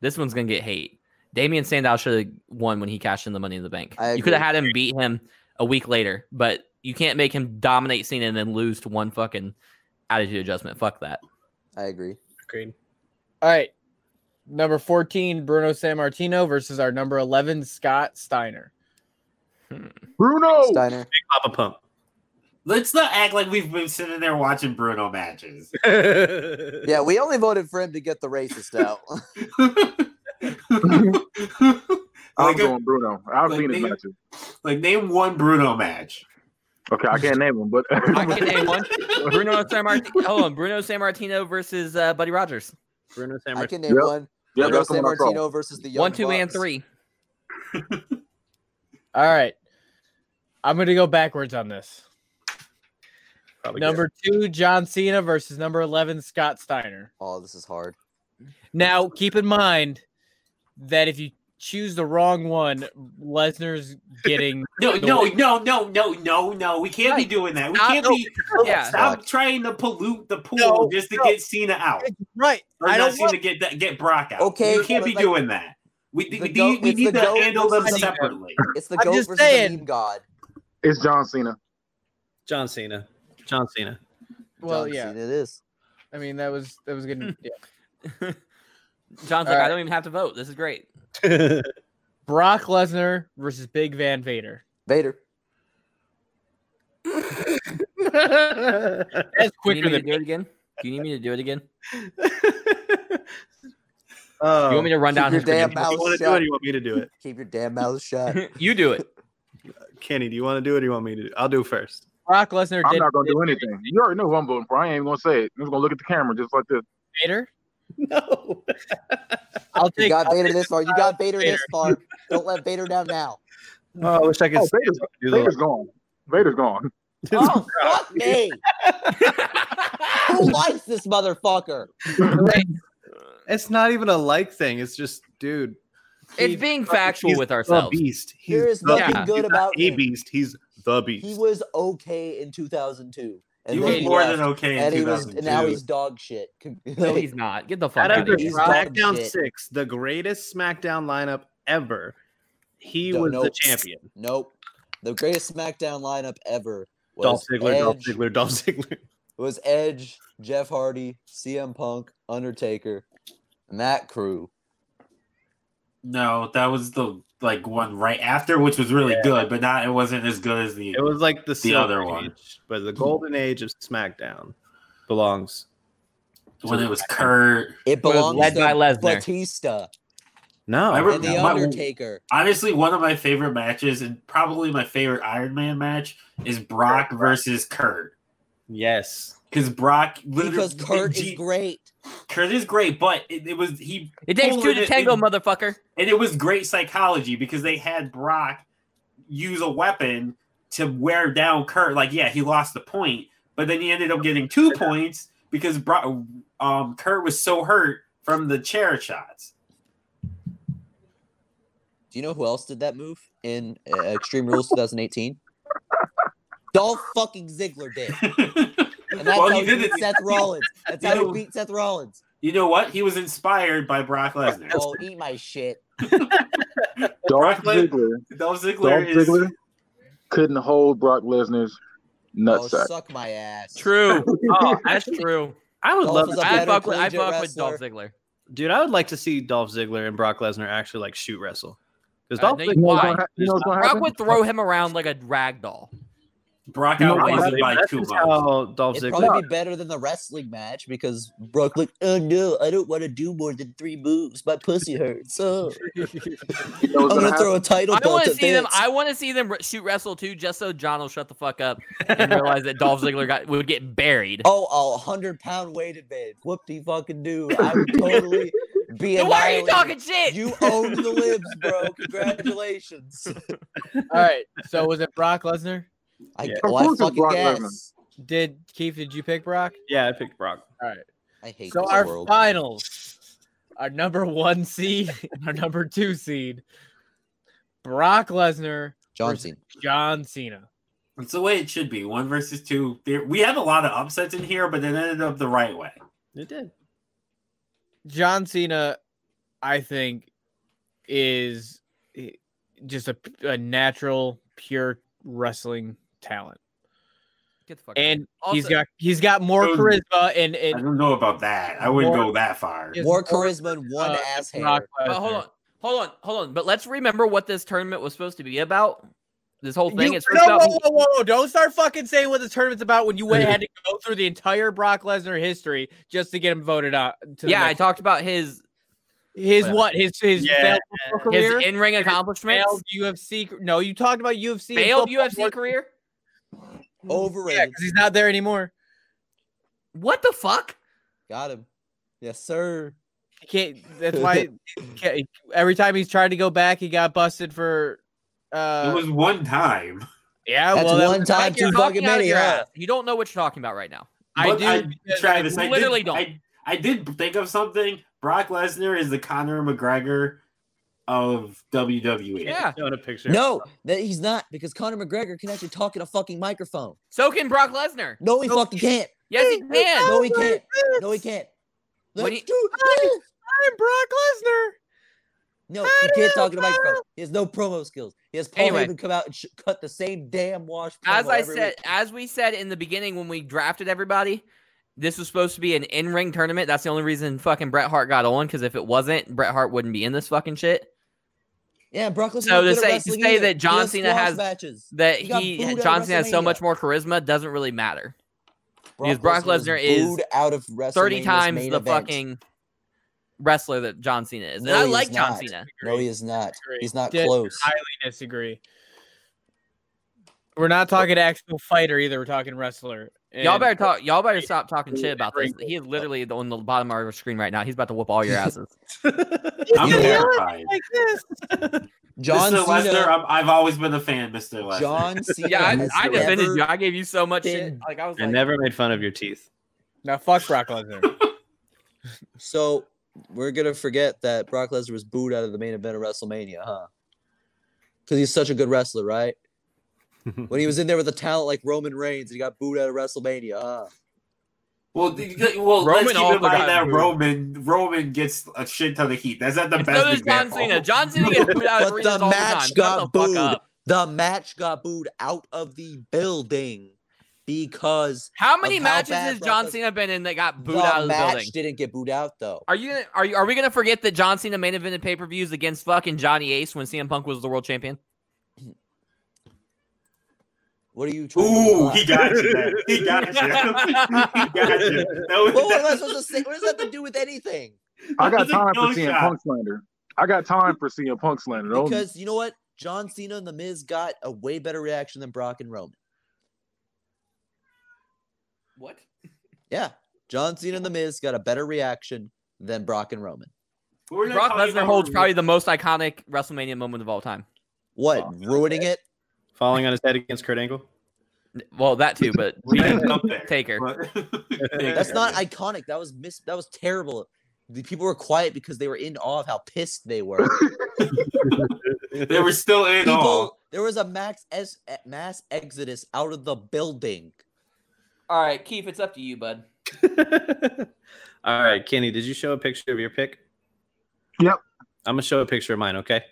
This one's gonna get hate. Damian Sandow should have won when he cashed in the Money in the Bank. I You could have agree. had him beat him a week later, but you can't make him dominate Cena and then lose to one fucking attitude adjustment. Fuck that. I agree. Agreed. All right. Number 14, Bruno San Martino versus our number 11, Scott Steiner. Bruno. Steiner. Papa Pump. Let's not act like we've been sitting there watching Bruno matches. [LAUGHS] Yeah, we only voted for him to get the [LAUGHS] racist out. I'm like, going Bruno. I've like seen his they- matches. like, name one Bruno match. Okay, I can't name him, but [LAUGHS] I can name one. Bruno San Martino. Hold on, Bruno San Martino versus uh, Buddy Rogers. Bruno I Sammartino. can name Yep. one. Yeah, Bruno that's the San one I saw. Martino versus the Young One, two, and Bucks. three. All right. I'm going to go backwards on this. Probably Number two, John Cena versus number 11, Scott Steiner. Oh, this is hard. Now, keep in mind that if you choose the wrong one, Lesnar's getting. No, the no, win. no, no, no, no, no. We can't Right. be doing that. We Stop- can't no, be. yeah. Stop trying to pollute the pool No, just to no. get Cena out, Right. or I not don't Cena want get that, get Brock out. Okay, you can't but be like- doing that. We The we, goat- need- we it's need the to goat handle them versus- separately. It's the I'm goat just versus saying. the meme god. it's John Cena. John Cena. John [LAUGHS] Cena. Well, John yeah. Cena it is. I mean, that was that was good. Yeah. John's like, All right. I don't even have to vote. This is great. Brock Lesnar versus Big Van Vader. Vader. That's Do you need quicker me to than do it again? Do you need me to do it again? Oh, Um, You want me to run down Oh. your his damn credentials? mouth you want to do it shut. or you want me to do [LAUGHS] it? Keep your damn mouth shut. [LAUGHS] You do [LAUGHS] it. Kenny, do you want to do it or you want me to do it? I'll do it first. Brock Lesnar I'm did not gonna do anything. You already know who I'm voting for. I ain't even gonna say it. I'm just gonna look at the camera just like this. Vader. No. I'll You take got I'll Vader take- this far. You got Vader this far. Don't let Vader down now. Oh, I wish I could Oh, say Vader's, what to do the Vader's gone. Vader's gone. Oh fuck me! Who likes this motherfucker? It's not even a like thing. It's just, dude. it's being factual he's with The ourselves. beast. He's There is the nothing beast. good He's not about a him. beast. He's the beast. He was okay in 2002, and You then was he more left, than okay in and he was 2002. now he's dog shit. [LAUGHS] No, he's not. Get the fuck out out, of the of here. He's dog SmackDown shit. Six, the greatest SmackDown lineup ever. He Don't was know. the champion. nope. The greatest SmackDown lineup ever was Dolph Ziggler, Dolph Edge, Ziggler, Dolph [LAUGHS] Ziggler. was Edge, Jeff Hardy, CM Punk, Undertaker, and that crew. No, that was the like one right after, which was really good, but not it wasn't as good as the. It was like the, silver other one. age, but the golden age of SmackDown belongs. when it was Kurt. It belongs led to by Lesnar. Batista No, I and remember- the My- Undertaker. Honestly, one of my favorite matches, and probably my favorite Iron Man match, is Brock versus Kurt. yes, Because Brock, literally- Because Kurt is G- great. Kurt is great, but it, it was he, It takes two to It- tango, it- motherfucker. and it was great psychology because they had Brock use a weapon to wear down Kurt. Like, yeah, he lost the point, but then he ended up getting two points because Brock, um, Kurt was so hurt from the chair shots. [LAUGHS] Do you know who else did that move in uh, Extreme Rules 2018? Dolph fucking Ziggler did. And that's Well, how he he did beat it- Seth Rollins. That's how Yeah. he beat Seth Rollins. You know what? He was inspired by Brock Lesnar. Oh, eat my shit. Dolph Brock Lesnar- Ziggler. Dolph Dolph Ziggler is Ziggler couldn't hold Brock Lesnar's Oh, nutsack. suck my ass. [LAUGHS] True. Oh, that's true. I would Dolph love, is to, a I better fuck with I collegiate fuck with Dolph Ziggler. dude. I would like to see Dolph Ziggler and Brock Lesnar actually like shoot wrestle because I Dolph know Ziggler. you- Oh, Why? [LAUGHS] You know what's gonna hap- you know what's gonna Brock happen? would throw him around like a rag doll. Brock No, outweighs Brock- him by That's too just much. how Dolph It'd Ziggler. probably be better than the wrestling match because Brock like, oh no, I don't want to do more than three moves. My pussy [LAUGHS] hurts. Oh, You know what's I'm gonna gonna happen? throw a title I belt want to at see them. Vince. I want to see them r- shoot wrestle too, just so John will shut the fuck up and realize that Dolph Ziggler got would get buried. [LAUGHS] Oh, a hundred pound weight advantage. Whoopty fucking do. [LAUGHS] I would totally be Then why are you annihilated. talking shit? You own the libs, [LAUGHS] bro. Congratulations. All right. So was it Brock Lesnar? I, Yeah. well, Of I course it's fucking Brock guess. Lesnar. Did Keith? Did you pick Brock? Yeah, I picked Brock. All right. I hate So this our world. finals, our number one seed, [LAUGHS] and our number two seed, Brock Lesnar, John versus Cena. John Cena. It's the way it should be. One versus two. There- We had a lot of upsets in here, but it ended up the right way. It did. John Cena, I think, is eh, just a, a natural, pure wrestling talent, Get the fuck out. and he's Also- got he's got more Um, charisma and I and don't know about that. I wouldn't More- go that far. Yes. More charisma and one uh, ass hair. Brock But hold Lesnar. on, hold on, hold on. But let's remember what this tournament was supposed to be about. This whole thing You- is no, about whoa, whoa, whoa, whoa, Don't start fucking saying what the tournament's about when [LAUGHS] you went had to go through the entire Brock Lesnar history just to get him voted out. To the yeah. I next- talked about his his what? His his Yeah. failed football his career. in ring accomplishments, failed UFC. cr- No, you talked about UFC. and failed, football UFC career. Yeah, Overrated. because he's not there anymore. What the fuck? Got him. Yes, sir. He can't. That's why. he can't- every time he's tried to go back, he got busted for. Uh, it was one time. yeah, That's well, that one was- time You're too fucking talking out of many. your huh? ass. You don't know what you're talking about right now. [LAUGHS] I But do. because Travis, I I literally did, don't. I, I did think of something. Brock Lesnar is the Conor McGregor of E. WWE. Yeah. Showing a picture. No, that he's not because Conor McGregor can actually talk in a fucking microphone. So can Brock Lesnar. No, he fucking can't. Yes, he can. No, he can't. No, he can't. When Let's he- do this. I'm Brock Lesnar. No, I he don't can't talk in a microphone. He has no promo skills. He has Paul Anyway. Heyman come out and sh- cut the same damn wash. As promo I every said, week. as we said in the beginning when we drafted everybody, this was supposed to be an in-ring tournament. That's the only reason fucking Bret Hart got on because if it wasn't, Bret Hart wouldn't be in this fucking shit. yeah, Brock Lesnar. so to good at say- to wrestling say either. that John He does Cena squash has- matches. That He got he, booed at Johnson has so WrestleMania. much more charisma doesn't really matter. because Brock was Lesnar is booed out of Thirty WrestleMania's times main the event. fucking wrestler that John Cena is, No, and I he like is John not. Cena. No, he is not. Disagree. He's not Disagree. close. Highly disagree. We're not talking actual fighter either. We're talking wrestler. Y'all And- better [LAUGHS] talk. Y'all better stop talking Ooh, shit about this. great. He is literally the- on the bottom of our screen right now. He's about to whoop all [LAUGHS] your asses. I'm Yeah. terrified. like this. John Mr. Lesnar, Cena. I'm, I've always been a fan, Mr. Lesnar. John [LAUGHS] Cena. yeah, I, has I defended never you. I gave you so much. shit. been- Like I was I like, never made fun of your teeth. Now fuck Brock Lesnar. So we're gonna forget that Brock Lesnar was booed out of the main event of WrestleMania, huh? Because he's such a good wrestler, right? when he was in there with a talent like Roman Reigns, and he got booed out of WrestleMania, huh? Well, th- th- well Roman let's keep also in mind got that booed. Roman Roman gets a shit ton of heat. That's not the And best so does John example. Cena. John Cena gets booed out of But arenas the all match the time. Shut got the fuck booed. up. The match got booed out of the building because How many how matches bad has Brock John Lesnar- Cena been in that got booed the out of the match building? didn't get booed out though. Are you gonna are you are we gonna forget that John Cena main evented pay per views against fucking Johnny Ace when CM Punk was the world champion? What are you? trying to Ooh, imply? he got you. there. He got you. he got you. That was, Well, what am I that, supposed to say? What does that have to do with anything? I got That's a time for kill CM shot. Punk slander. I got time for CM Punk slander. Don't- Because you know what? John Cena and The Miz got a way better reaction than Brock and Roman. What? Yeah. John Cena and The Miz got a better reaction than Brock and Roman. We're not Brock talking Lesnar about holds Roman. probably the most iconic WrestleMania moment of all time. What? Oh, ruining it? Falling on his head against Kurt Angle. Well, that too, [LAUGHS] but [LAUGHS] Roman's up there. Taker. But- [LAUGHS] That's not iconic. That was mis- that was terrible. The people were quiet because they were in awe of how pissed they were. They were still in awe. people, there was a max es- mass exodus out of the building. All right, Keith, it's up to you, bud. [LAUGHS] All right, Kenny, did you show a picture of your pick? Yep. I'm gonna show a picture of mine. Okay.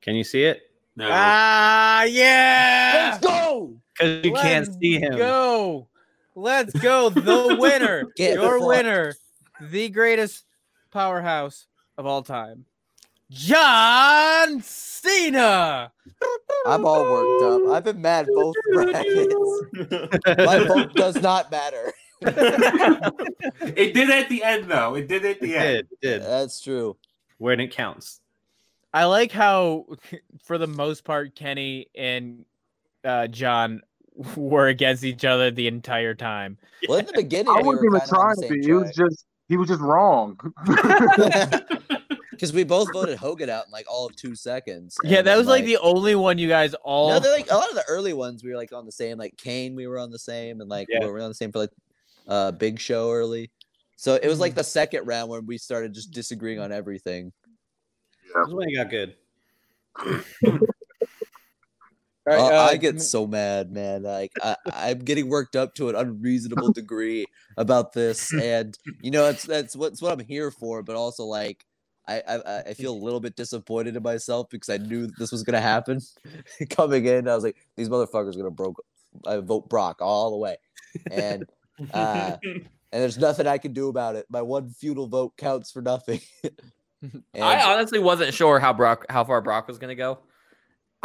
Can you see it? No. Ah, yeah. Let's go. Because you can't Let's see him. Go. Let's go. [LAUGHS] The winner. Get Your fucked. winner. The greatest powerhouse of all time. John Cena. I'm all worked up. I've been mad both brackets. [LAUGHS] My vote does not matter. [LAUGHS] it did at the end, though. It did at the end. Did, did. [LAUGHS] That's true. Where it counts. I like how, [LAUGHS] for the most part, Kenny and uh, John [LAUGHS] were against each other the entire time. Well, in the beginning, I we wasn't were even kinda on trying the to same be. It was track. just he was just wrong. [LAUGHS] because [LAUGHS] we both voted Hogan out in like all of two seconds. Yeah, and that then, was like the only one you guys all. No, they're like a lot of the early ones. We were like on the same. Like Kane, we were on the same, and like Yeah. we were on the same for like uh Big Show early. So it was Mm-hmm. like the second round when we started just disagreeing on everything. That's when it got [LAUGHS] good. All right, Uh, uh, I get so mad, man. Like I, I'm getting worked up to an unreasonable degree [LAUGHS] about this, and you know it's that's what's what I'm here for. But also, like I, I, I- I feel a little bit disappointed in myself because I knew that this was gonna happen. [LAUGHS] Coming in, I was like, these motherfuckers are gonna broke. I vote Brock all the way, and [LAUGHS] uh, and there's nothing [LAUGHS] I can do about it. My one futile vote counts for nothing. And I honestly wasn't sure how Brock how far Brock was gonna go.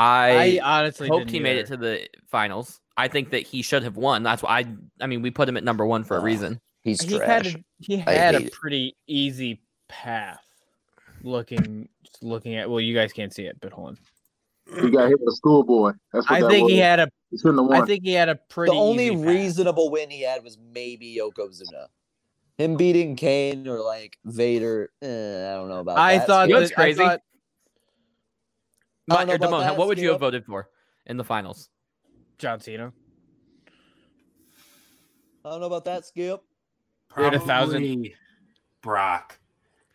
I, I honestly hoped didn't he made it either. to the finals. I think that he should have won. That's why I I mean we put him at number one for a Uh, reason. he's he trash. had a, he I had hate a it. pretty easy path. Looking just looking at well, you guys can't see it, but hold on. He got hit with a schoolboy. That's what I that think was. he had a. He shouldn't have I won. think he had a the pretty. only easy path. reasonable win he had was maybe Yokozuna. Him beating Kane or like Vader, eh, I don't know about I that. thought You know that, Skip. what's crazy? I thought I My, don't know or about Damone, that, what would you have Skip. voted for in the finals? John Cena. I don't know about that, Skip. We're at a thousand. Probably Brock.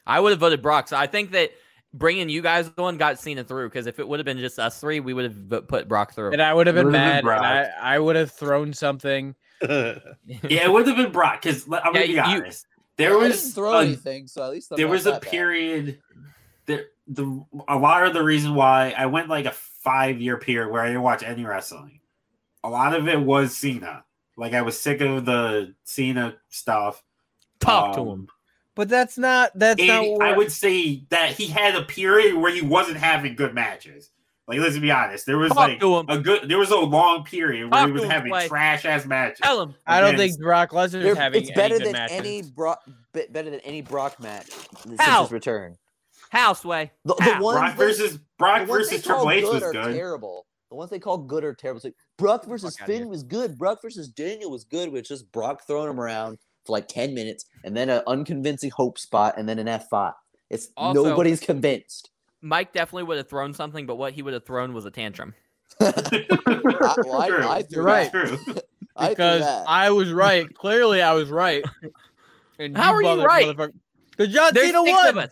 I would have voted Brock. So I think that bringing you guys on got Cena through because if it would have been just us three, we would have vo- put Brock through. And I would have been Would've been mad. and Brock. I, I would have thrown something. uh, [LAUGHS] Yeah, it would have been Brock because I'm gonna Yeah, be you- honest. there I didn't was throw a- anything, so at least I'm there not was a that bad. period there the a lot of the reason why I went like a five year period where I didn't watch any wrestling. A lot of it was Cena. Like I was sick of the Cena stuff. Talk Um, to him. But that's not. That's not. And What, I would say that he had a period where he wasn't having good matches. Like let's be honest, there was Talk like to him. a good there was a long period where Talk he was to him, having Clay. trash ass matches. Tell him. I don't against- think Brock Lesnar They're- is having. it's better any good than matches. any Brock, be- better than any Brock match since How? his return. Houseway. The, the How? one Brock thing- versus Brock the ones they versus call Triple H was are [LAUGHS] good. terrible. The ones they call good are terrible. It's like Brock versus fuck outta here. Finn was good. Brock versus Daniel was good, which just Brock throwing him around for like ten minutes and then an unconvincing hope spot and then an F five. It's Also- nobody's convinced. [LAUGHS] Mike definitely would have thrown something, but what he would have thrown was a tantrum. I, well, I- True. I threw You're right. that. True. I threw because that. I [LAUGHS] was right. Clearly, I was right. And How are you right? Because John There's Cena six of won. us.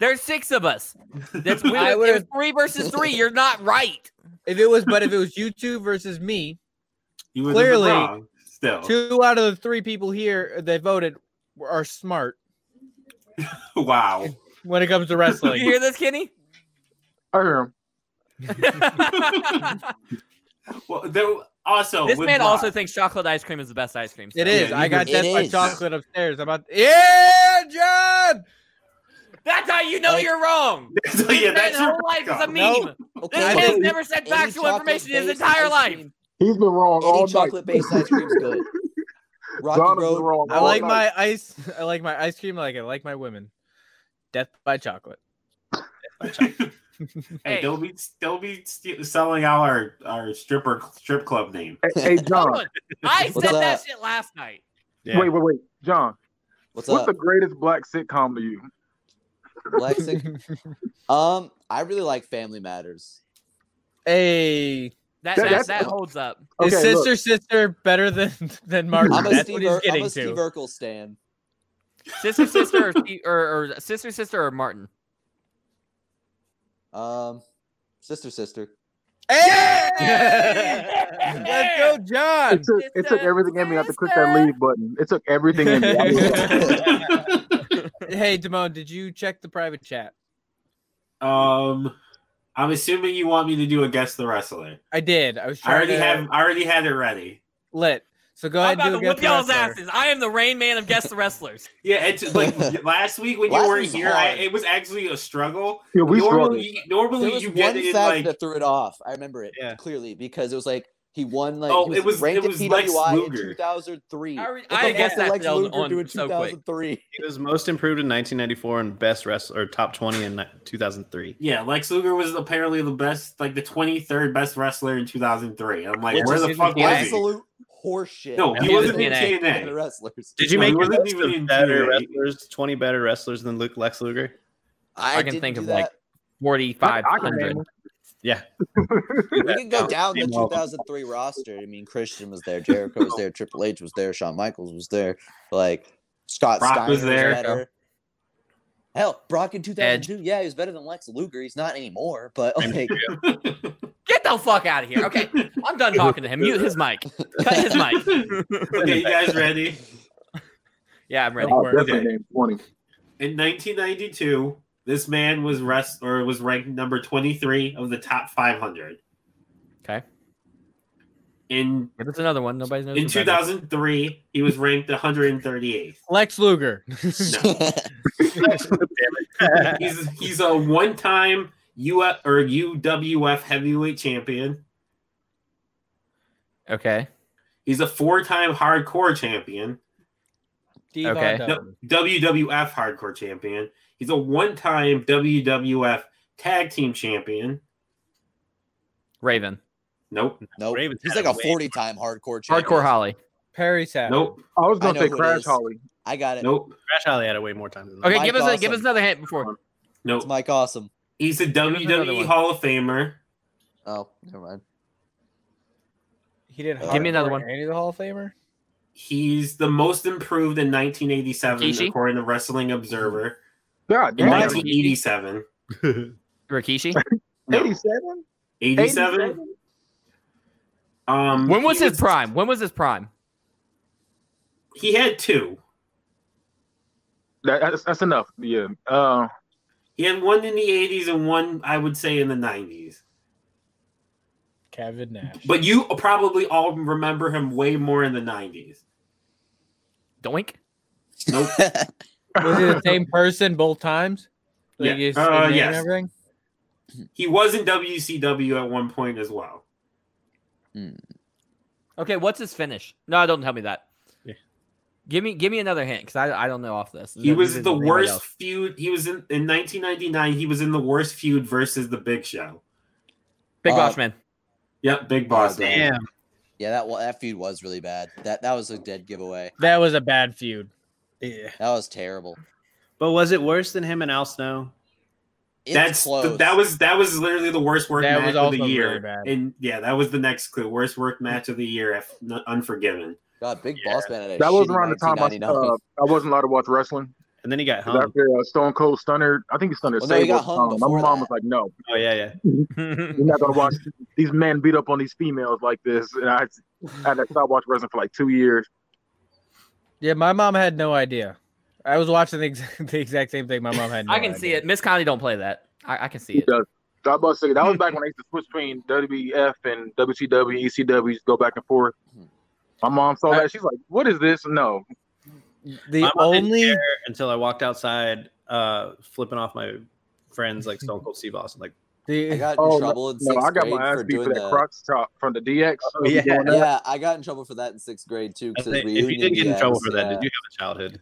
There's six of us. [LAUGHS] That's we I would, it was would've- three versus three. You're not [LAUGHS] right. If it was, but if it was you two versus me, You was Clearly, wrong still. two out of the three people here that voted were- are smart [LAUGHS] Wow. when it comes to You [LAUGHS] wrestling. hear this, Kenny? I hear him. this Well, there also with man Brock, [LAUGHS] also thinks chocolate ice cream is the best ice cream. It so- is. Yeah, I you got can- death It by is. chocolate upstairs. I'm about yeah, John. That's how you know Like- you're wrong. so, This yeah, man's that's [LAUGHS] whole your life [LAUGHS] is a meme. No. Okay, This I man's don't never said any factual information in his chocolate-based entire ice life. cream- He's been wrong all Any night. chocolate based ice cream [LAUGHS] is good. Rocky John has been Road. wrong I all like night. my ice. I like my ice cream. Like I like my women. Death by chocolate. Hey, don't be don't be st- selling out our our stripper strip club name. [LAUGHS] [LAUGHS] Hey, hey, Hold John. on. I What's said that up? shit last night. Yeah. Wait, wait, wait. John, What's what's up? the [LAUGHS] greatest black sitcom to you? Lexic? Um, I really like Family Matters. [LAUGHS] hey, That That- that, that's- that holds up. Okay, is look. sister sister better than than Mark? I'm a That's Steve, what he's Ur- I'm getting a to. Steve Urkel stan. Sister, sister, or, Steve- or, or sister, sister, or Martin. Um, sister, sister. Hey! Let's Yeah! go, John. It took, it took everything in me not to click that leave button. It took everything [LAUGHS] in [LAUGHS] me. I was like, hey, Damone, did you check the private chat? Um, I'm assuming you want me to do a guess the wrestler. I did. I was I trying already to have I already had it ready. lit. So go I'm ahead about and to do it. whip y'all's asses. I am the rain man of guest the wrestlers. Yeah, it's [LAUGHS] like last week when Last you weren't week's here, I, hard. it was actually a struggle. yeah, we struggled. normally, There normally was you get one it in fact like that threw it off. I remember it Yeah. clearly because it was like he won like Oh, he was it was- ranked it was in Lex PWI in Luger. 2003. I re- What I the fuck guessed did that Lex on- Luger on do in so quick. 2003? He was most improved in 1994 and best wrestler or top 20 in ni- 2003. yeah, Lex Luger was apparently the best, like the 23rd best wrestler in 2003. I'm like, Which where is the fuck was [LAUGHS] he? Absolute horseshit. No, he wasn't in Wrestling TNA. and wrestlers. Did you No, make he your wasn't list even in of better TNA. wrestlers, 20 better wrestlers than Luke Lex Luger? [LAUGHS] I, I can didn't think do of, that. like, 4,500. Yeah. We can go down the Same level. 2003 roster. I mean, Christian was there, Jericho was there, Triple H was there, Shawn Michaels was there, like Scott Brock Steiner was was, there. better. Hell, Brock in 2002, yeah, he was better than Lex Luger. He's not anymore, but like, Get the fuck out of here. Okay, I'm done talking to him. Mute his mic. Cut his mic. [LAUGHS] okay, you guys ready? Yeah, I'm ready. I were- definitely okay. named 20. In 1992, this man was rest or was ranked number 23 of the top 500. Okay. In Give us another one. Nobody knows. in who that is. 2003, he was ranked 138th. [LAUGHS] Lex Luger. No. I Damn it. he's he's a one-time U or UWF heavyweight champion. Okay. He's a four-time hardcore champion, Steve Okay. Honda. W- WWF hardcore champion. He's a one-time WWF tag team champion. Raven. Nope, Nope. Ravens He's had like a way- 40 time hardcore champion. Hardcore Holly. Perry Sapp. nope, I was I gonna know say who it Crash is. Holly. I got it. nope, Crash Holly had it way more times than that. Okay, Mike give us a, give us Awesome. another hint before. It's nope. Mike Awesome. He's a another WWE one. Hall of Famer. Oh, never mind. He did. Give me another hardcore one. And he's a Hall of Famer. He's the most improved in 1987, Rikishi? according to Wrestling Observer. God In damn. Mike's- 1987, [LAUGHS] Rikishi. no, 87? 87. Um, When was he his prime? When was his prime? He had two. That, that's, that's enough. Yeah. [LAUGHS] Uh, He had one in the 80s and one, I would say, in the 90s. Kevin Nash. But you probably all remember him way more in the 90s. Doink. Nope. was he the same person [LAUGHS] both times? Yeah. his- his Uh, name and yes. Everything. he was in WCW at one point as well. Okay, what's his finish? No, don't tell me that. Yeah. Give me give me another hint because I, I don't know off this. He was Neither the does anybody worst else. feud. He was in, in 1999, he was in the worst feud versus The Big Show. Big [LAUGHS] Uh, Boss Man. Yep, Big Boss. Man. Damn. Yeah, that wa- that feud was really bad. That that was a dead giveaway. That was a bad feud. [LAUGHS] Yeah. That was terrible. But was it worse than him and Al Snow? It's That's close. that was that was literally the worst work That match was of the also year. really bad. and yeah, that was the next clue. Worst work match of the year at F- Unforgiven. God, Big Boss Man. Had a [LAUGHS] that was shitty around the time I, 1999. uh, I wasn't allowed to watch wrestling. And then he got 'Cause hung. After uh, Stone Cold Stunner, I think he Stunner Well, no, he Sable. got at the hung time. My before mom that. was [LAUGHS] like, "No, Oh yeah, yeah. you're not gonna watch these men beat up on these females like this." And I, I had to stop watching wrestling for like two years. Yeah, my mom had no idea. I was watching the exact, [LAUGHS] the exact same thing. My mom had. [LAUGHS] No I can see idea. it. Miss Connie don't play that. I, I can see it. Yeah. So I must say that Hmm. was back when I used to switch between WBF and WCW, ECW, E go back and forth. My mom saw that. She's like, "What is this?" No, The My mom didn't only care until I walked outside, uh, flipping off my friends like Stone Cold Steve Austin. Like, I the, got in Oh, no, trouble in sixth no, I got grade my ass for beat doing for that the. crotch chop from the DX. Oh, yeah. Going [LAUGHS] up. Yeah, I got in trouble for that in sixth grade too. I Because think if you did get in trouble for that, did you have a childhood?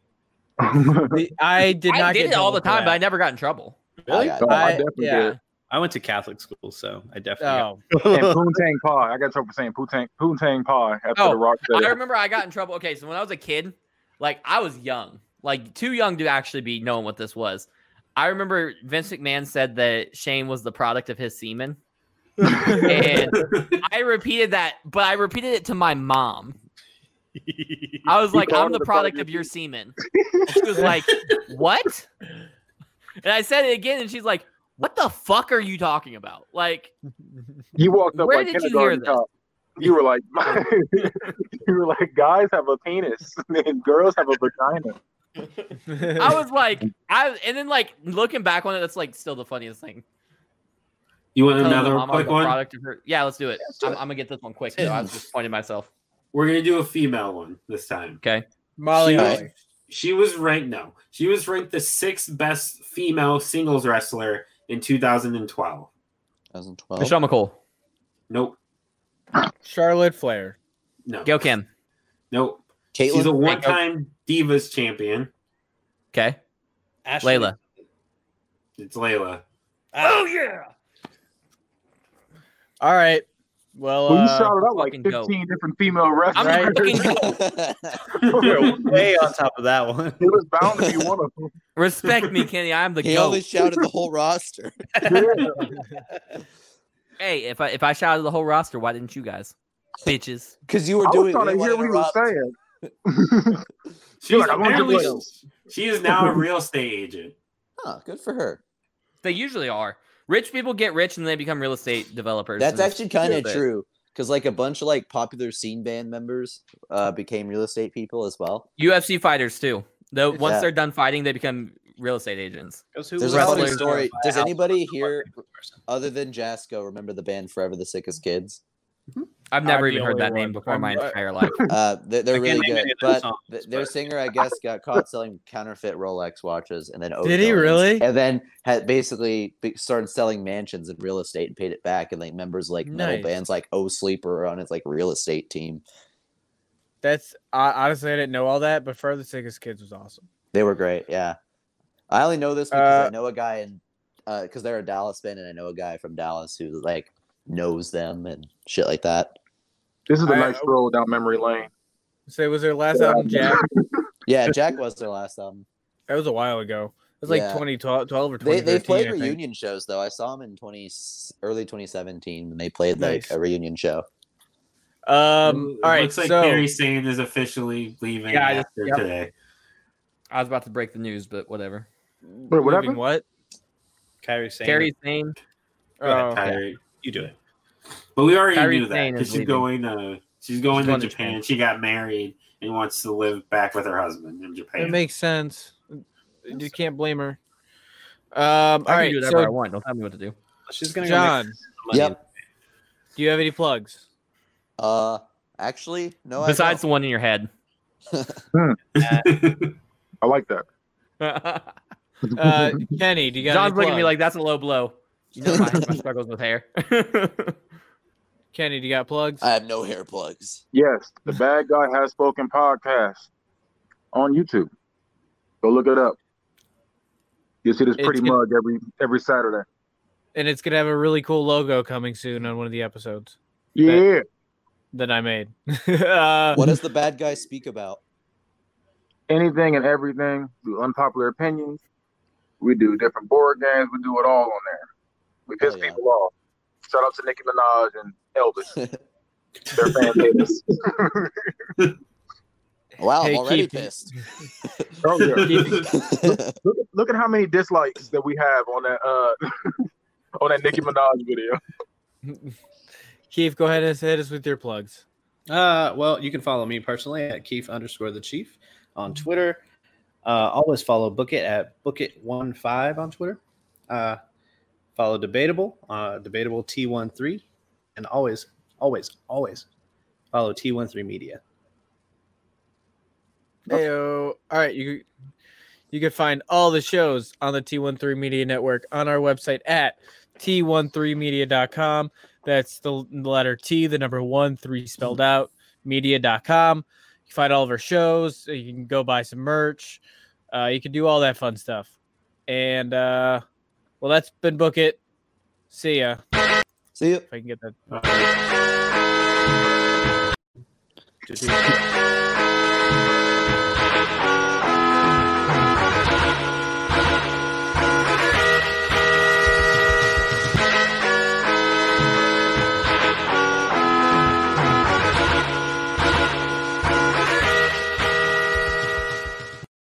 the- I did not I did get it all the trouble for time, but I that. never got in trouble. Really? No, I, I- definitely yeah. did. I went to Catholic school, so I definitely. Oh, [LAUGHS] And Poontang Pie. I got in trouble for saying Poontang, Poontang Pie after Oh, the Rock said I it. remember I got in trouble. Okay, so when I was a kid, like I was young, like too young to actually be knowing what this was. I remember Vince McMahon said that Shane was the product of his semen. and I repeated that, but I repeated it to my mom. I was You like, called I'm it the the product product of your semen. She was like, What? And I said it again, and she's like, What the fuck are you talking about? Like, You walked up Where like did you kindergarten hear this? cop. You were like, [LAUGHS] you were like, guys have a penis [LAUGHS] and girls have a vagina. Oh. [LAUGHS] [LAUGHS] I was like, I and then like looking back on it, that's like still the funniest thing. You want Telling another my mom I was quick the one? product of her- Yeah, let's do it. I'm, I'm gonna get this one quick. though. I was just pointing myself. We're gonna do a female one this time. Molly. She was- Holly. She was ranked no. She was ranked the sixth best female singles wrestler in 2012. 2012. Oh. Michelle McCool, Nope. Charlotte Flair. No. Gail Kim. Nope. She's a Caitlin. one-time Divas champion. Okay, Ashley- Layla. It's Layla. Ah. Oh yeah. All right. Well, Well, you uh, shouted out like fucking 15 go. different female I'm wrestlers. Right. fucking [LAUGHS] [LAUGHS] [LAUGHS] You're way on top of that one. It was bound to be one of [LAUGHS] them. respect me, Kenny. I'm the he goat. only shouted the [LAUGHS] whole roster. hey, if I if I shouted the whole roster, why didn't you guys, bitches? Because you were I was doing. trying to we hear didn't what he wanna was interrupt. saying. She's like, I'm gonna do apparently- this. she is now a real estate agent. Huh, good for her. They usually are. Rich people get rich and they become real estate developers. That's and actually kind of but- true. Because like a bunch of like popular scene band members uh, became real estate people as well. UFC fighters too. Though once Yeah. they're done fighting, they become real estate agents. There's a Wrestlers funny are story. Does anybody here, person. other than Jasco, remember the band Forever the Sickest Kids? I've never the even heard only that name one. before my I'm- I- entire life. Uh, they're, they're I can't really name good, any of but those songs, th- their but- singer, I guess, got caught selling counterfeit Rolex watches, and then Did he overdosed, really? And then had basically be- started selling mansions and real estate and paid it back. And like members like metal Nice. bands like O Sleeper are on his like real estate team. That's I, honestly I didn't know all that, but Further Sickest Kids was awesome. They were great, yeah. I only know this because I Uh, know a guy in because they're a Dallas band, and I know a guy from Dallas who like knows them and shit like that. This is a I- nice stroll down memory lane. Say, was their last album Jack? Yeah, Jack was their last album. That was a while ago. It was like Yeah. 2012 12 or They, 2013. they played I think. reunion shows though. I saw them in twenty early twenty seventeen when they played like Nice. a reunion show. Um, all right, looks like so Barry Sand is officially leaving Yeah, I just- after yep. today. [LAUGHS] I was about to break the news, but whatever. Wait, what moving happened? what? Kyrie saying Kyrie Sane. Go ahead, Oh, Kyrie. you do it. But we already Kyrie knew that Sane because is she's leaving. going to she's going She's to going to Japan. Japan. She got married and wants to live back with her husband in Japan. it makes sense. You can't blame her. Um, all I can right, do whatever I so want. Don't tell me what to do. She's gonna John, go make some money. Yep. do you have any plugs? Uh, actually, no. Besides I the one in your head. I like that. [LAUGHS] John's Uh, Kenny, do you got? any looking at me plugs? like that's a low blow. You know my, my struggles with hair. [LAUGHS] Kenny, do you got plugs? don't. I have no hair plugs. Yes, the Bad Guy Has Spoken podcast on YouTube. Go look it up. You'll see this It's pretty gonna- mug every every Saturday. and it's gonna have a really cool logo coming soon on one of the episodes Yeah, that I made. [LAUGHS] uh, What does the bad guy speak about? anything and everything. Do unpopular opinions. We do different board games. We do it all on there. We piss Hell yeah. people off. Shout out to Nicki Minaj and Elvis. [LAUGHS] Their fan base. Wow, Hey, I'm already Keith, pissed. oh yeah. Keith, Look, look at how many dislikes that we have on that uh [LAUGHS] on that Nicki Minaj video. Keith, go ahead and hit us with your plugs. Uh, well, you can follow me personally at Keith underscore the Chief on Twitter. Uh, always follow Book It at Book It One Five on Twitter. Uh, follow Debatable, uh, Debatable T 13 and always, always, always follow T 13 Media. Hey, all right, you you can find all the shows on the T13 Media Network on our website at t13media.com. That's the l- letter T, the number one, three spelled out, media.com. You can find all of our shows. uh, You can go buy some merch. Uh, you can do all that fun stuff. And uh, well, that's been Book It. See ya. [LAUGHS] See you. If I can get that. [LAUGHS]